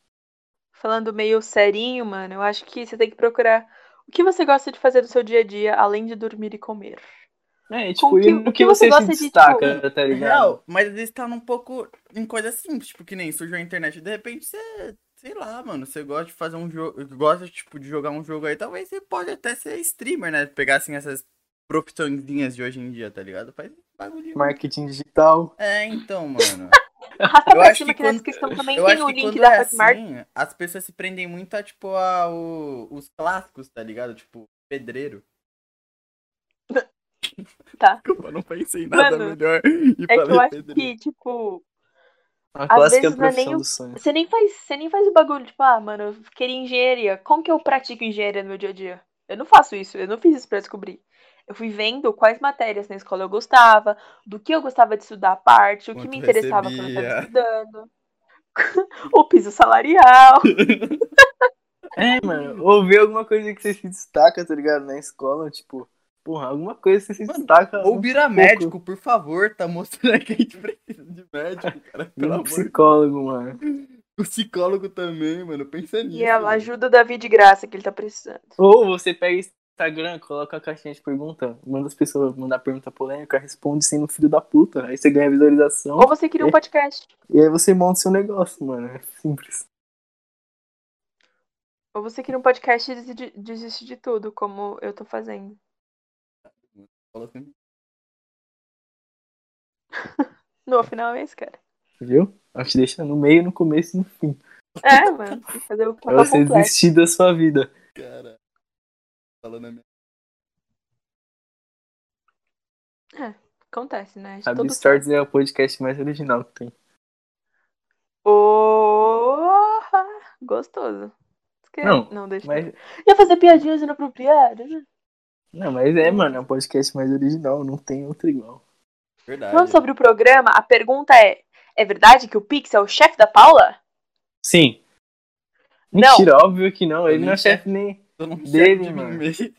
Falando meio serinho, mano, eu acho que você tem que procurar o que você gosta de fazer no seu dia a dia, além de dormir e comer.
É, tipo,
que-
e
o
o
que
que
você
você se
gosta de, tipo,
destaca, tá ligado?
Real, mas às vezes tá um pouco em coisa simples, tipo, que nem surgiu a internet. De repente você, sei lá, mano, você gosta de fazer um jogo, gosta, tipo, de jogar um jogo aí, talvez você pode até ser streamer, né? Pegar, assim, essas profissõezinhas de hoje em dia, tá ligado? Faz esse bagulho.
Marketing digital.
É, então, mano.
Arrasta
Eu
pra
acho
cima
que
que na
quando-
descrição também
Eu
tem
acho
o
que
link
quando
da
é
Hotmart.
assim, as pessoas se prendem muito a, tipo, a, o- os clássicos, tá ligado? Tipo, pedreiro.
Tá.
Desculpa, não pensei em nada
Mano,
melhor e
É que eu
falei
acho
pedreiro.
que, tipo,
A
Às
clássica
vezes não é nem
profissão
o-
do sonho.
você nem faz, você nem faz o bagulho, tipo, ah, mano, eu queria engenharia. Como que eu pratico engenharia no meu dia a dia? Eu não faço isso, eu não fiz isso pra descobrir. Eu fui vendo quais matérias na escola eu gostava, do que eu gostava de estudar à parte, o que
Quanto
me interessava quando eu
recebia.
estava estudando. o piso salarial.
É, mano, ouvir alguma coisa que você se destaca, tá ligado? Na escola, tipo, porra, alguma coisa que você se
Mano,
destaca.
Ou vira
pouco.
médico, por favor, tá mostrando que a gente precisa de médico, cara. Pelo
um
amor de
psicólogo, mano.
Deus. Psicólogo também, mano. Pensa nisso.
E ela
mano.
ajuda o Davi de graça que ele tá precisando.
Ou você pega o Instagram, coloca a caixinha de pergunta, manda as pessoas mandar pergunta polêmica, responde sendo um filho da puta. Aí você ganha visualização
Ou você queria um
É.
podcast.
e aí você monta o seu negócio, mano. É simples.
Ou você queria um podcast e deside- desiste de tudo, como eu tô fazendo.
Fala assim,
No final é esse, cara.
Viu? Ela te deixa no meio, no começo e no fim.
É, mano. tem que Fazer o
Pra você
completo.
desistir da sua vida.
cara. Falando a minha.
Acontece, né? De
A
todo
Beastars é o podcast mais original que tem.
Porra! Gostoso. Esque-
Não,
deixa.
Mas,
Ia fazer piadinhas inapropriadas, né?
não, mas é, mano, é o podcast mais original, não tem outro igual.
Verdade.
Falando sobre o programa, a pergunta é: é verdade que o Pix é o chefe da Paula?
Sim.
Não.
Mentira, óbvio que não. Ele
nem
não é
sei.
chefe nem.
Eu não sei
dele,
de mim
mano.
mesmo.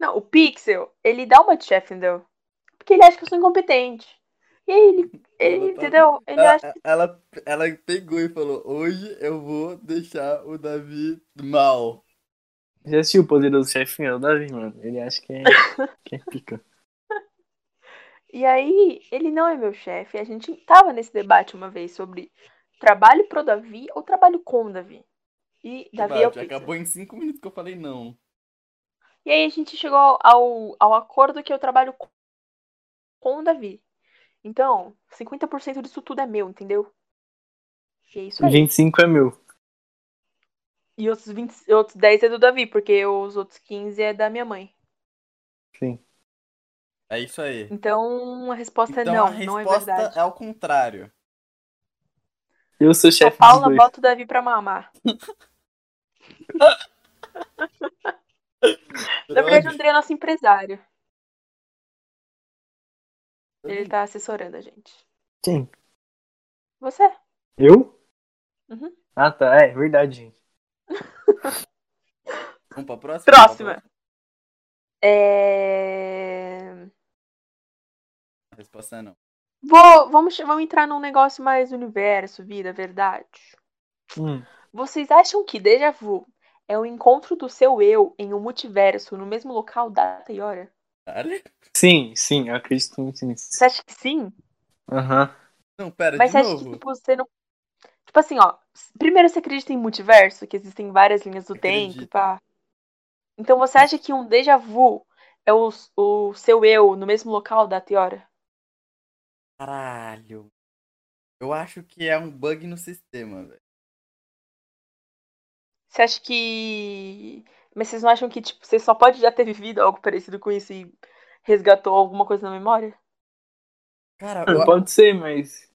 Não, o Pixel, ele dá uma de chefe, entendeu? Porque ele acha que eu sou incompetente. E aí ele, ele
Ela tá-
entendeu? Ele
Ela,
acha.
ela, ela pegou e falou: Hoje eu vou deixar o Davi mal.
Já assistiu o Poderoso Chefinho, Davi, mano? Ele acha que é, que é pica.
E aí, ele não é meu chefe. A gente tava nesse debate uma vez sobre trabalho pro Davi ou trabalho com o Davi. E Davi é o
Bate,
Pixel.
Tipo, ah, acabou em cinco minutos que eu falei não.
E aí a gente chegou ao, ao acordo que eu trabalho com, com o Davi. Então, 50% disso tudo é meu, entendeu? E é isso aí.
25 é meu.
E outros, 20, outros 10 é do Davi, porque os outros 15 é da minha mãe.
É isso aí.
Então a resposta
Então
é não,
a
não é
resposta
verdade.
é ao contrário.
Eu sou
A
chefe dos
Paula
dois.
bota o Davi pra mamar. Na verdade, o André é nosso empresário. Ele tá assessorando a gente.
Quem?
Você?
Eu?
Uhum.
Ah, tá. É, verdade, gente.
Vamos pra próxima?
Próxima.
Vamos pra
É...
próxima. A resposta é não.
Vou, vamos, che- vamos entrar num negócio mais universo, vida, verdade.
Hum.
Vocês acham que déjà vu é o encontro do seu eu em um multiverso no mesmo local, data e hora?
Caralho.
Sim, sim, eu acredito muito nisso.
Você acha que sim?
Aham.
Não, pera,
Mas
de
você acha que
novo.
tipo, você não. Tipo assim, ó. Primeiro você acredita em multiverso, que existem várias linhas do tempo,
Acredito.
e pá. Então você acha que um déjà vu é o, o seu eu no mesmo local, data e hora?
Caralho. Eu acho que é um bug no sistema, velho.
Você acha que. Mas vocês não acham que, tipo, você só pode já ter vivido algo parecido com isso e resgatou alguma coisa na memória?
Cara, eu,
Ah, Pode ser, mas.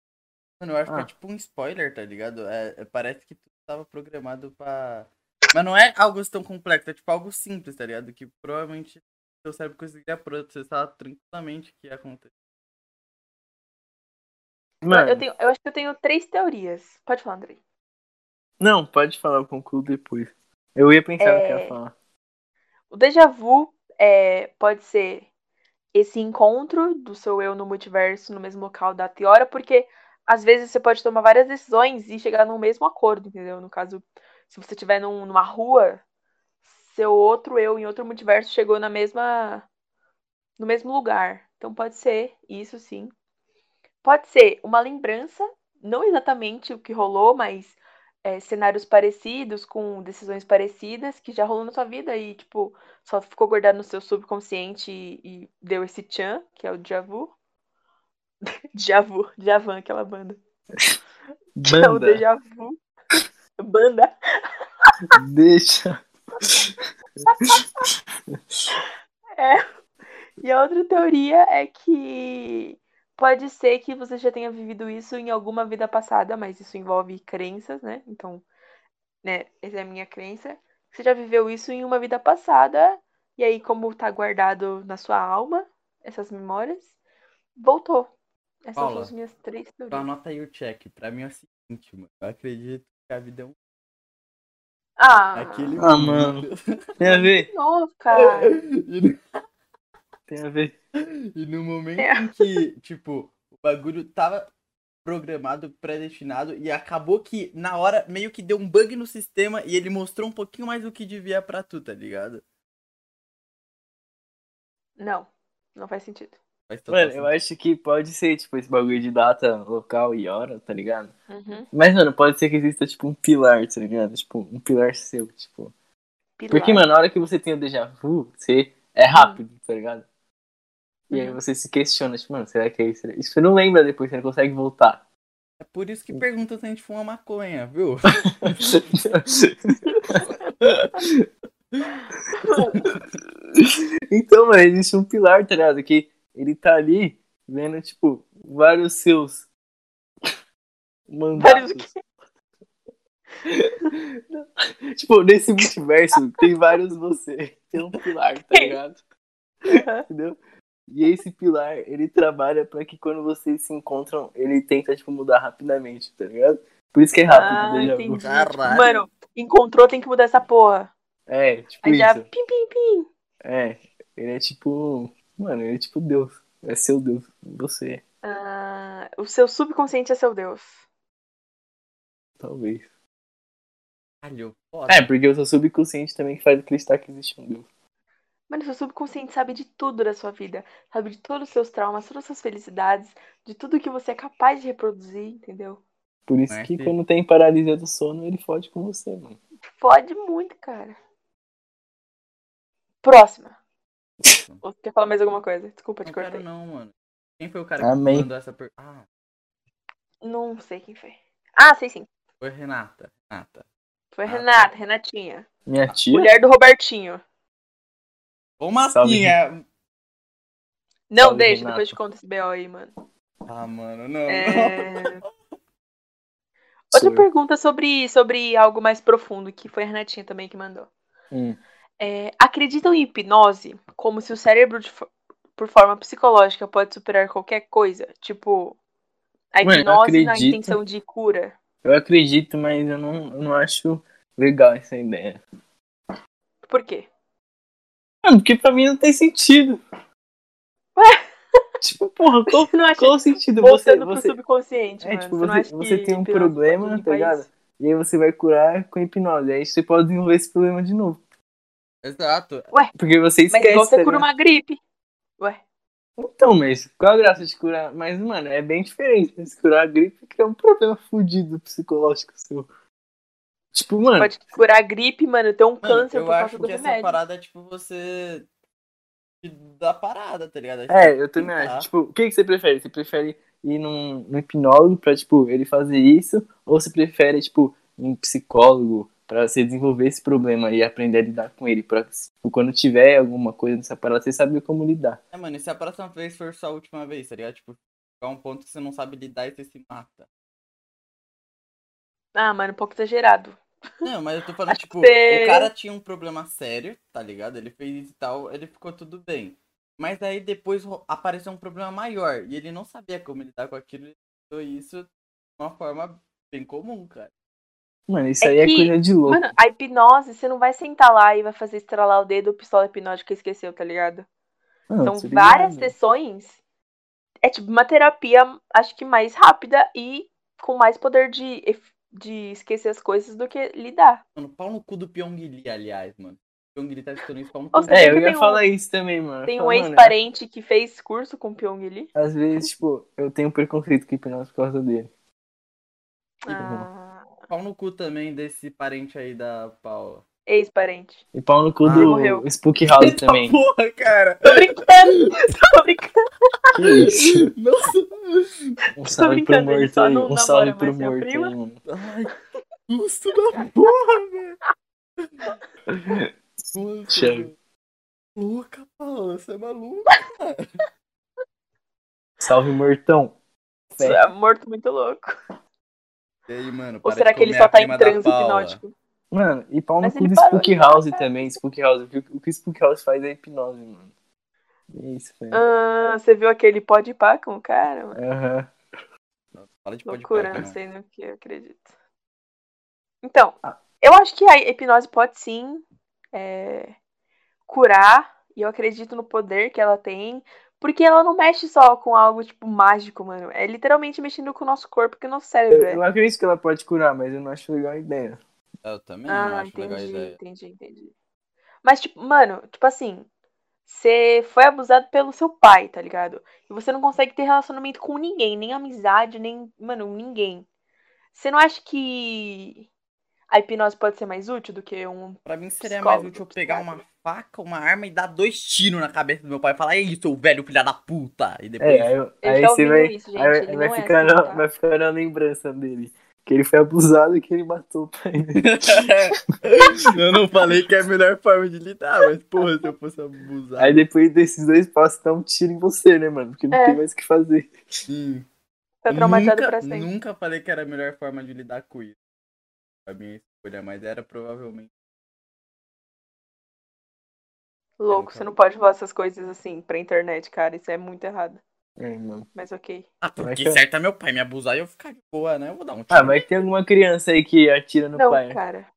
mano, eu acho que é
Ah.
tipo um spoiler, tá ligado? É- é- parece que tudo tava programado pra. Mas não é algo tão complexo, é tipo algo simples, tá ligado? Que provavelmente seu cérebro conseguiria processar tranquilamente o que ia acontecer.
Mano,
Eu, tenho, eu acho que eu tenho três teorias. Pode falar, Andrei.
não, pode falar, eu concluo depois. Eu ia pensar no que eu
É.
ia falar.
O déjà vu é, pode ser esse encontro do seu eu no multiverso, no mesmo local, data e hora, porque às vezes você pode tomar várias decisões e chegar no mesmo acordo, entendeu? No caso, se você estiver num- numa rua, seu outro eu em outro multiverso chegou na mesma no mesmo lugar. Então pode ser isso sim. Pode ser uma lembrança, não exatamente o que rolou, mas é, cenários parecidos, com decisões parecidas que já rolou na sua vida e, tipo, só ficou guardado no seu subconsciente e, e deu esse tchan, que é o déjà vu. déjà vu, Javan, aquela banda. Que é o
Banda,
déjà vu. banda.
deixa.
E a outra teoria é que pode ser que você já tenha vivido isso em alguma vida passada, mas isso envolve crenças, né? Então, né, essa é a minha crença. Você já viveu isso em uma vida passada, e aí, como tá guardado na sua alma, essas memórias, voltou. Essas são
Paula,
as minhas três
Então
teorias.
anota aí o check. Pra mim é o seguinte, mano. Eu acredito que a vida é um.
Ah,
Aquele
Ah, mano. Ah. Tem a ver,
nossa, cara.
e, no,
tem a ver.
e no momento
É.
em que, tipo, o bagulho tava programado, predestinado, e acabou que na hora meio que deu um bug no sistema e ele mostrou um pouquinho mais do que devia pra tu, tá ligado?
Não, não faz sentido.
Faz total
Mano, eu
sentido.
acho que pode ser, tipo, esse bagulho de data, local e hora, tá ligado? Mas, mano, pode ser que exista, tipo, um pilar, tá ligado? Tipo, um pilar seu, tipo.
Pilar.
Porque, mano, na hora que você tem o déjà vu, você é rápido, tá ligado? E aí
Uhum.
você se questiona, tipo, mano, será que é isso? Será- Isso você não lembra depois, você não consegue voltar.
É por isso que pergunta se a gente fuma maconha, viu?
então, mano, existe um pilar, tá ligado? Que ele tá ali vendo, tipo, vários seus
Vários o
mandatos. tipo, nesse multiverso tem vários você. Tem um pilar, tá ligado? Entendeu? E esse pilar, ele trabalha pra que quando vocês se encontram, ele tenta, tipo, mudar rapidamente, tá ligado? Por isso que é
Ah,
rápido, déjà vu.
entendi.
Caralho.
Mano, encontrou, tem que mudar essa porra.
É, tipo
Aí já,
isso.
pim, pim, pim.
É, ele é tipo. Mano, ele é tipo Deus. É seu Deus. Você,
Ah, o seu subconsciente é seu Deus.
talvez.
Caralho, foda.
É, porque o seu subconsciente também que faz acreditar que existe um Deus.
Mano, seu subconsciente sabe de tudo da sua vida. Sabe de todos os seus traumas, todas as suas felicidades, de tudo que você é capaz de reproduzir, entendeu?
Por isso
É,
que
sim.
quando tem paralisia do sono, ele fode com você, mano.
Fode muito, cara. Próxima. Ou você quer falar mais alguma coisa? Desculpa, te
Não quero
cortei.
não, mano. Quem foi o cara
Amém.
que mandou essa pergunta? Ah,
Não sei quem foi. Ah, sei sim.
Foi Renata. Renata.
Foi
Ah, tá.
Renata, Renatinha.
Minha tia?
Mulher do Robertinho.
Ô,
Salve,
massinha!
Não,
Salve,
deixa,
Renata.
depois te conta esse BO aí, mano.
Ah, mano, não.
É,
Sou
Outra
eu.
pergunta sobre, sobre algo mais profundo, que foi a Renatinha também que mandou.
Hum.
É, acreditam em hipnose como se o cérebro, de fo- por forma psicológica, pode superar qualquer coisa? Tipo, a
Mano, eu
hipnose na
acredito.
intenção de cura.
Eu acredito, mas eu não, eu não acho legal essa ideia.
Por quê?
Mano, porque pra mim não tem sentido. tipo, porra, qual,
Você não acha
qual o sentido? Você,
voltando pro
você,
subconsciente,
É,
mano?
tipo,
você, não
você-
acha
você
que
tem um
hipnose
problema,
pode
tá
limpar
ligado?
isso?
e aí você vai curar com hipnose. Aí você pode desenvolver esse problema de novo.
Exato.
Porque você
Mas
esquece.
igual você
tá
cura
ligado?
uma gripe. Ué,
Então, mas qual a graça de curar? Mas, mano, é bem diferente. né? Se curar a gripe que é um problema fudido psicológico seu. Tipo, mano,
pode curar a gripe, mano, ter um
Mano,
câncer
eu
por causa
acho
do
que
remédio.
essa parada é tipo você. da parada, tá ligado?
é,
tipo,
eu também acho.
tá.
Tipo, o que, que você prefere? Você prefere ir num, num hipnólogo pra, tipo, ele fazer isso? Ou você prefere, tipo, um psicólogo pra você desenvolver esse problema e aprender a lidar com ele? Pra, tipo, quando tiver alguma coisa nessa parada, você saber como lidar.
É, mano, e se a próxima vez for sua última vez, tá ligado? Tipo, chegar um ponto que você não sabe lidar e você se mata.
Ah, mano, um pouco exagerado.
Não, mas eu tô falando,
Acho que
tipo,
você-
o cara tinha um problema sério, tá ligado? Ele fez isso e tal, ele ficou tudo bem. Mas aí depois ro- apareceu um problema maior e ele não sabia como lidar com aquilo ele lidou isso de uma forma bem comum, cara.
Mano, isso
É
aí
que-
é coisa de louco.
Mano, a hipnose, você não vai sentar lá e vai fazer estralar o dedo ou pistola hipnótica esqueceu, tá ligado?
Não,
São
tá ligado?
várias sessões. É tipo uma terapia, acho que mais rápida e com mais poder de, ef- de esquecer as coisas do que lidar.
Mano, pau no cu do Pyong Lee, aliás, mano. Pyong Lee tá escutando isso, pau no
Ou
cu
seja,
É,
dele.
eu
que
ia
tem um-
falar isso também, mano. Eu
Tem um
falo, mano,
ex-parente que fez curso com o Pyong Lee.
Às vezes, tipo, eu tenho preconceito com hipnose por causa dele.
Ah,
Pau no cu também desse parente aí da Paula.
ex-parente.
E pau no cu
Ah,
do
morreu. Tá
Spook House também.
Porra, cara!
Tô brincando! Tô brincando!
que isso?
Nossa!
Um salve pro
brincando, ele
morto
só
aí.
não
Um
namora
salve
mais
pro
minha
morto aí,
prima.
mano.
Ai, que susto da porra, velho! Nossa,
Chega.
meu. Louca, Paula, você é maluco?
Salve, mortão.
Isso é morto muito louco.
E aí, mano,
Ou
parece
será que ele
comer a
só tá
prima
em
da
transe
Paula.
hipnótico?
Mano, e pau no
Mas
cu
ele
do
parou
Spook
de
House também. Spook House. O que o que o Spook House faz é hipnose, mano. É isso, velho.
Ah, você viu aquele pode pá com o cara? Mano?
Aham.
Nossa, Fala de né? pó de
Loucura,
paca,
não
não.
sei no que eu acredito. Então,
Ah.
eu acho que a hipnose pode sim é, curar, e eu acredito no poder que ela tem, porque ela não mexe só com algo, tipo, mágico, mano. É literalmente mexendo com o nosso corpo, que o nosso
Eu,
cérebro é.
eu acredito que ela pode curar, mas eu não acho legal a ideia.
Eu também não
Ah,
acho legal a
entendi,
ideia.
entendi, entendi. Mas, tipo, mano, tipo assim, você foi abusado pelo seu pai, tá ligado? E você não consegue ter relacionamento com ninguém, nem amizade, nem, mano, ninguém. Você não acha que a hipnose pode ser mais útil do que um.
Pra mim seria
Psicólogo,
mais útil eu pegar
psiquiatra.
uma faca, uma arma e dar dois tiros na cabeça do meu pai e falar, ei, seu velho filha da puta! E depois.
É, aí, eu-
Eu
aí
já
você
ouvi
vai.
isso, gente.
Aí
ele
vai,
não é
ficar
assim,
na,
tá?
vai ficar na lembrança dele. Que ele foi abusado e que ele matou o pai dele.
É.
eu não falei que é a melhor forma de lidar, mas porra, se eu fosse abusar.
Aí depois desses dois passos dá um tiro em você, né, mano? Porque não
É.
tem mais o que fazer.
Sim.
Tá traumatizado
nunca,
pra sempre.
Nunca falei que era a melhor forma de lidar com isso. A minha escolha, mas era provavelmente.
Louco, você não pode falar essas coisas assim pra internet, cara. Isso é muito errado.
É, mano.
Mas ok.
Ah,
Como é
porque
que é?
certo é meu pai me abusar e eu ficar de boa, né? Eu vou dar um tiro.
Ah, mas tem alguma criança aí que atira no
não,
pai.
cara.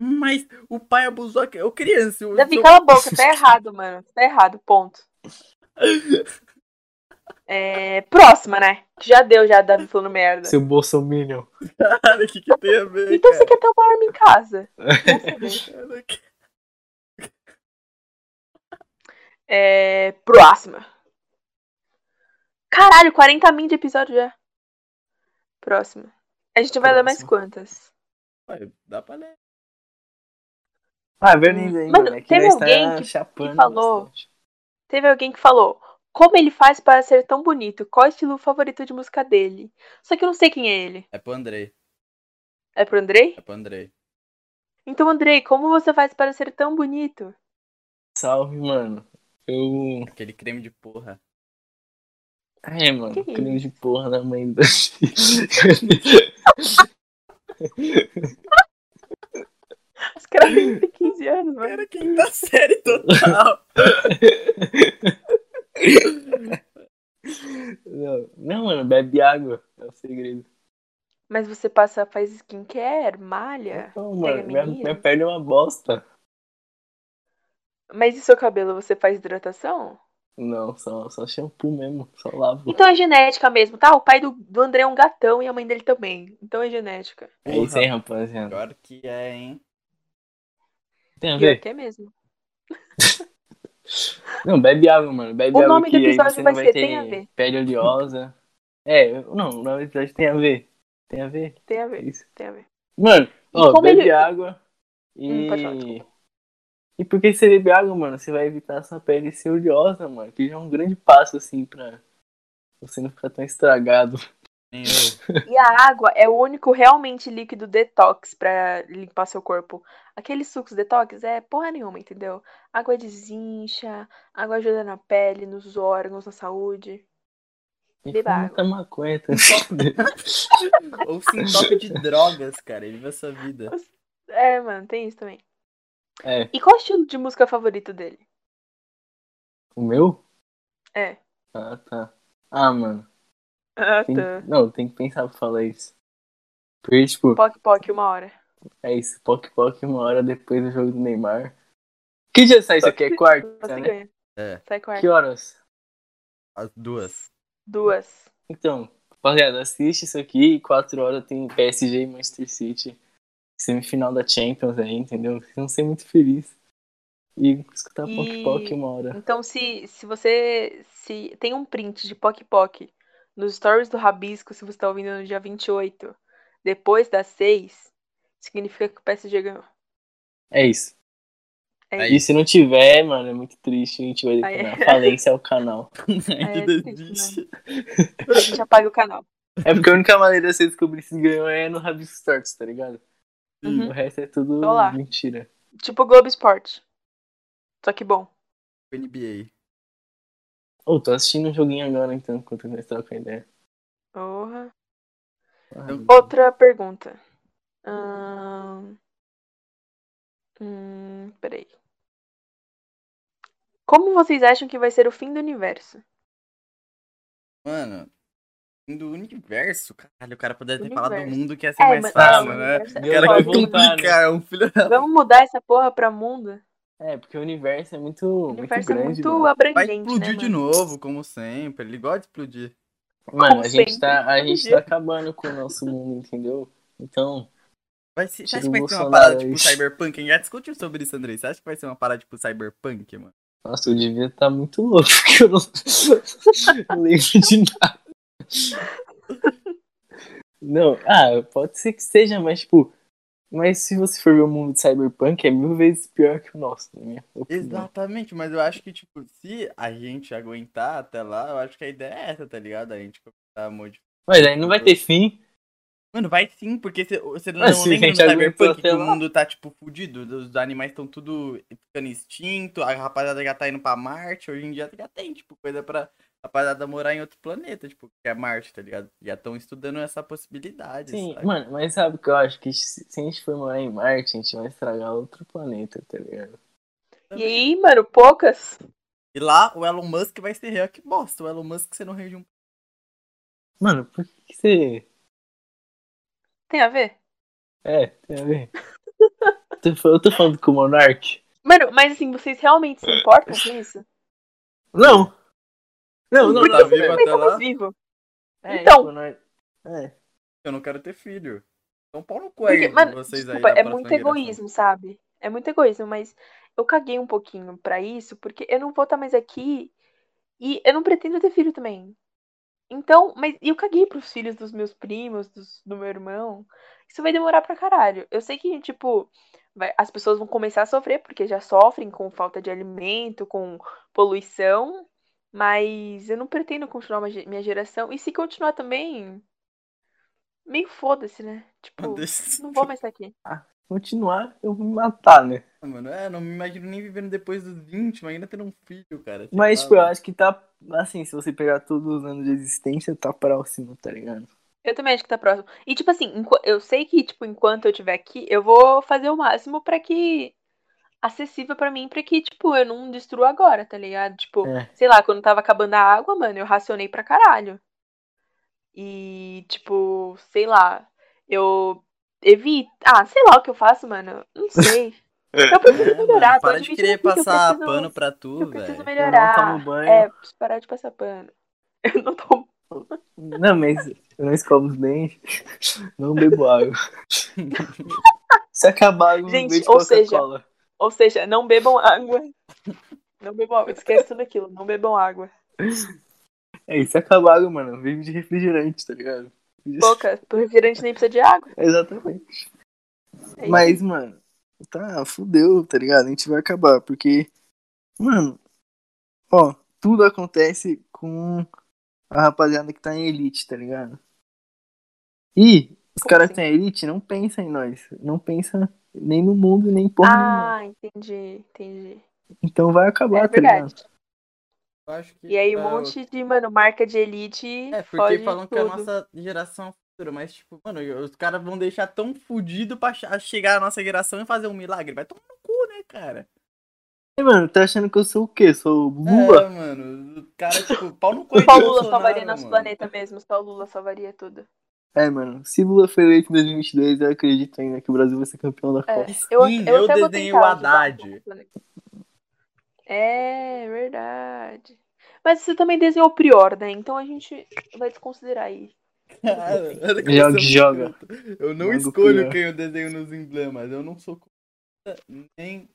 Mas o pai abusou. que- Eu um criança. Eu,
Davi,
eu-
cala a boca, tá errado, mano. Tá errado, ponto. É, Próxima, né? Já deu, já, Davi falando merda.
Seu Bolsominion.
Cara, o que, que tem a ver?
Então
cara?
você quer ter uma arma em casa? Quer saber?
Eu não quero.
É, próxima. Caralho, 40 min de episódio já. Próxima. A gente vai ler mais
Próxima.
quantas?
Pai, Dá pra ler.
Ah, verdade aí,
Mano,
mano. É que
teve
nós tá
alguém que-
chapando
que falou-
bastante.
Teve alguém que falou: Como ele faz para ser tão bonito? Qual o estilo favorito de música dele? Só que eu não sei quem é ele.
É pro Andrei.
É pro Andrei?
É pro Andrei.
Então, Andrei, como você faz para ser tão bonito?
Salve, mano. Eu.
Aquele creme de porra.
É, mano,
Que
creme
isso?
de porra na mãe da.
Os caras têm 15 anos, mano.
quinta série tá total.
Não, não, mano, bebe água. É o segredo.
Mas você passa, faz skincare, malha.
Não, mano, minha,
menino.
minha pele é uma bosta.
Mas e seu cabelo, você faz hidratação?
Não, só, só shampoo mesmo, só lavo.
Então é genética mesmo, tá? O pai do, do André é um gatão e a mãe dele também. Então é genética.
É isso aí, rapaziada.
Pior que é, hein?
Tem a
Pior
ver?
que é mesmo.
Não, bebe água, mano. Bebe
O
água
nome do
que aí
episódio
você
vai
não vai
ser
ter
Tem a Ver.
pele oleosa. É, eu- não, o nome do episódio tem a ver. Tem a ver?
Tem a
É
ver,
isso.
tem a ver.
Mano, ó,
como
bebe
ele-
água e.
Hum, pode falar, desculpa.
e porque você bebe água, mano, você vai evitar essa pele ser oleosa, mano. Que já é um grande passo, assim, pra você não ficar tão estragado.
Nem eu.
E a água é o único realmente líquido detox pra limpar seu corpo. Aqueles sucos detox é porra nenhuma, entendeu? Água desincha, água ajuda na pele, nos órgãos, na saúde.
E
Beba
fuma
água.
muita maconha também.
Ou se entope de drogas, cara. Ele vive essa vida.
É, mano, tem isso também.
É,
E qual o estilo de música favorito dele?
o meu?
É.
Ah, tá. Ah, mano.
Ah,
tem- Não, tem que pensar pra falar isso. Porque, tipo,
Poc Poc, uma hora.
é isso, Poc Poc uma hora depois do jogo do Neymar. Que dia sai isso aqui? É quarta,
Você
né?
ganha.
É.
Sai quarta.
Que horas?
As duas.
Duas.
Então, rapaziada, assiste isso aqui. 4 horas tem PSG e Manchester City. Semifinal da Champions aí, entendeu? Vocês vão ser muito felizes. E escutar
E-
Poc Poc uma hora.
Então, se, se você se tem um print de Poc Poc nos stories do Rabisco, se você tá ouvindo no dia 28, depois das 6, significa que o PSG ganhou.
É isso.
É
E se não tiver, mano, é muito triste. A gente vai
Aí-
declarar falência ao canal.
Ainda
é triste,
existe.
A gente apaga o canal.
É porque a única maneira de você descobrir se ganhou é no Rabisco Starts, tá ligado?
Uhum.
O resto é tudo
Tô lá.
mentira.
Tipo Globo Esporte. Só que bom.
NBA.
Ô, tô assistindo um joguinho agora, então, enquanto nós trocamos ideia.
Porra.
Ah,
Então-
Outra pergunta. Ahn, Hum, peraí. Como vocês acham que vai ser o fim do universo?
Mano, do universo, caralho, o cara poderia ter falado do
Universo.
mundo que ia ser
É,
mais
mas-
fácil,
é,
né?
mas-
O cara
Vai
vai
voltar, né?
complicar, é um filho da...
Vamos mudar essa porra pra mundo?
É, porque o universo é muito,
O
muito
universo é
grande.
muito
mano.
Vai
abrangente,
explodir
né,
de
mano?
novo, como sempre. Ele gosta de explodir.
Mano,
Como
a gente,
sempre,
tá, a
todo
gente
dia.
tá acabando com o nosso mundo, entendeu? Então,
Vai ser...
Tira
Você acha que
o
vai ser uma
Bolsonaro
parada
aí.
tipo cyberpunk? A gente já discutiu sobre isso, Andrei. Você acha que vai ser uma parada tipo cyberpunk, mano?
nossa, eu devia estar tá muito louco, porque eu não, não lembro de nada. Não, ah, pode ser que seja, mas tipo. Mas se você for ver o mundo de cyberpunk, é mil vezes pior que o nosso, na minha opinião.
Exatamente, mas eu acho que, tipo, se a gente aguentar até lá, eu acho que a ideia é essa, tá ligado? A gente começar a modificar.
Mas aí não vai ter fim.
Mano, vai sim, porque você- você não
Mas se a
lembra do
gente aguentou
Cyberpunk
até
que o
lá?
mundo tá, tipo, fudido. Os animais estão tudo ficando extinto, a rapaziada já tá indo pra Marte, hoje em dia já tem, tipo, coisa pra rapaziada morar em outro planeta, tipo, que é Marte, tá ligado? Já estão estudando essa possibilidade,
Sim,
sabe?
mano, mas sabe o que eu acho? Que se se a gente for morar em Marte, a gente vai estragar outro planeta, tá ligado?
E aí, mano, poucas?
E lá o Elon Musk vai ser real que bosta. O Elon Musk você não rende um.
Mano, por que, que você.
Tem a ver?
É, tem a ver. Tu fa- Eu tô falando com o Monark?
Mano, mas assim, vocês realmente se importam com isso?
Não! Não, não,
Por que
tá
não.
vocês
vivo
também
até lá?
estamos vivos?
É,
Então.
tipo, nós- É.
Eu não quero ter filho. Então pau no cu aí,
Porque, mano,
vocês
desculpa,
aí. tá? da
é
próxima
muito
geração.
egoísmo, sabe? É muito egoísmo, mas eu caguei um pouquinho pra isso, porque eu não vou estar mais aqui e eu não pretendo ter filho também. Então, mas e eu caguei pros filhos dos meus primos, dos- do meu irmão. Isso vai demorar pra caralho. Eu sei que, tipo, vai- as pessoas vão começar a sofrer, porque já sofrem com falta de alimento, com poluição, mas eu não pretendo continuar uma ge- minha geração. E se continuar também, Meio foda-se, né? Tipo,
Desse-
não vou mais estar aqui.
Continuar, eu vou me matar, né?
Mano, é, não me imagino nem vivendo depois dos 20, imagina ter um filho, cara. sei
Mas,
lá,
tipo, eu
mano.
acho que tá. Assim, se você pegar todos os anos de existência, tá próximo, tá ligado?
Eu também acho que tá próximo. E, tipo assim, enqu- eu sei que, tipo, enquanto eu estiver aqui, eu vou fazer o máximo pra que. acessível pra mim, pra que, tipo, eu não destrua agora, tá ligado? Tipo,
É.
sei lá, quando tava acabando a água, mano, eu racionei pra caralho. E, tipo, sei lá, eu evito. Ah, sei lá o que eu faço, mano. Não sei. Eu preciso
É, mano,
melhorar, tô
para de
admitindo
querer
aqui que eu
passar
preciso-
pano pra tu,
Eu preciso
velho.
melhorar.
Eu não tomo banho.
É, preciso parar de passar pano. Eu não tomo
Não, mas eu não escovo os dentes, não bebo água. Se acabar, eu não
Gente,
bebo
ou seja,
Coca-Cola.
Ou seja, não bebam água. Não bebam água. Esquece tudo aquilo. Não bebam água.
É, e se acabar, água, mano, vive de refrigerante, tá ligado?
Boca, o refrigerante nem precisa de água.
Exatamente.
É isso.
Mas, mano, tá, fudeu, tá ligado? A gente vai acabar, porque, mano, ó, tudo acontece com a rapaziada que tá em elite, tá ligado? E os
Como
caras
assim?
que estão em elite não pensam em nós, não pensam nem no mundo, nem em porra nenhuma.
Ah, entendi, entendi.
Então vai acabar,
É
tá ligado?
verdade.
Eu acho que
E aí um
tá-
monte de, mano, marca de elite.
É, porque
foge
falam
tudo.
que é a nossa geração futura, mas, tipo, mano, os caras vão deixar tão fudido pra ch- chegar a nossa geração e fazer um milagre. Vai tomar no cu, né, cara?
E, mano, tá achando que eu sou o quê? Sou o Lula?
É, mano, o cara, tipo, pau no cu.
Só o Lula salvaria nosso planeta mesmo. Só o Lula salvaria tudo.
É. mano, se Lula foi eleito em 2022, eu acredito ainda que o Brasil vai ser campeão da Copa.
É, eu,
Sim,
eu,
eu
até vou
desenhei
tentar
o
ajudar
Haddad.
um pouco o planeta. É, verdade. Mas você também desenhou o Prior, né? Então a gente vai desconsiderar aí.
Joga, joga.
Eu não
Joga o né?
escolho
pior.
quem eu desenho nos emblemas, eu não sou contra nem...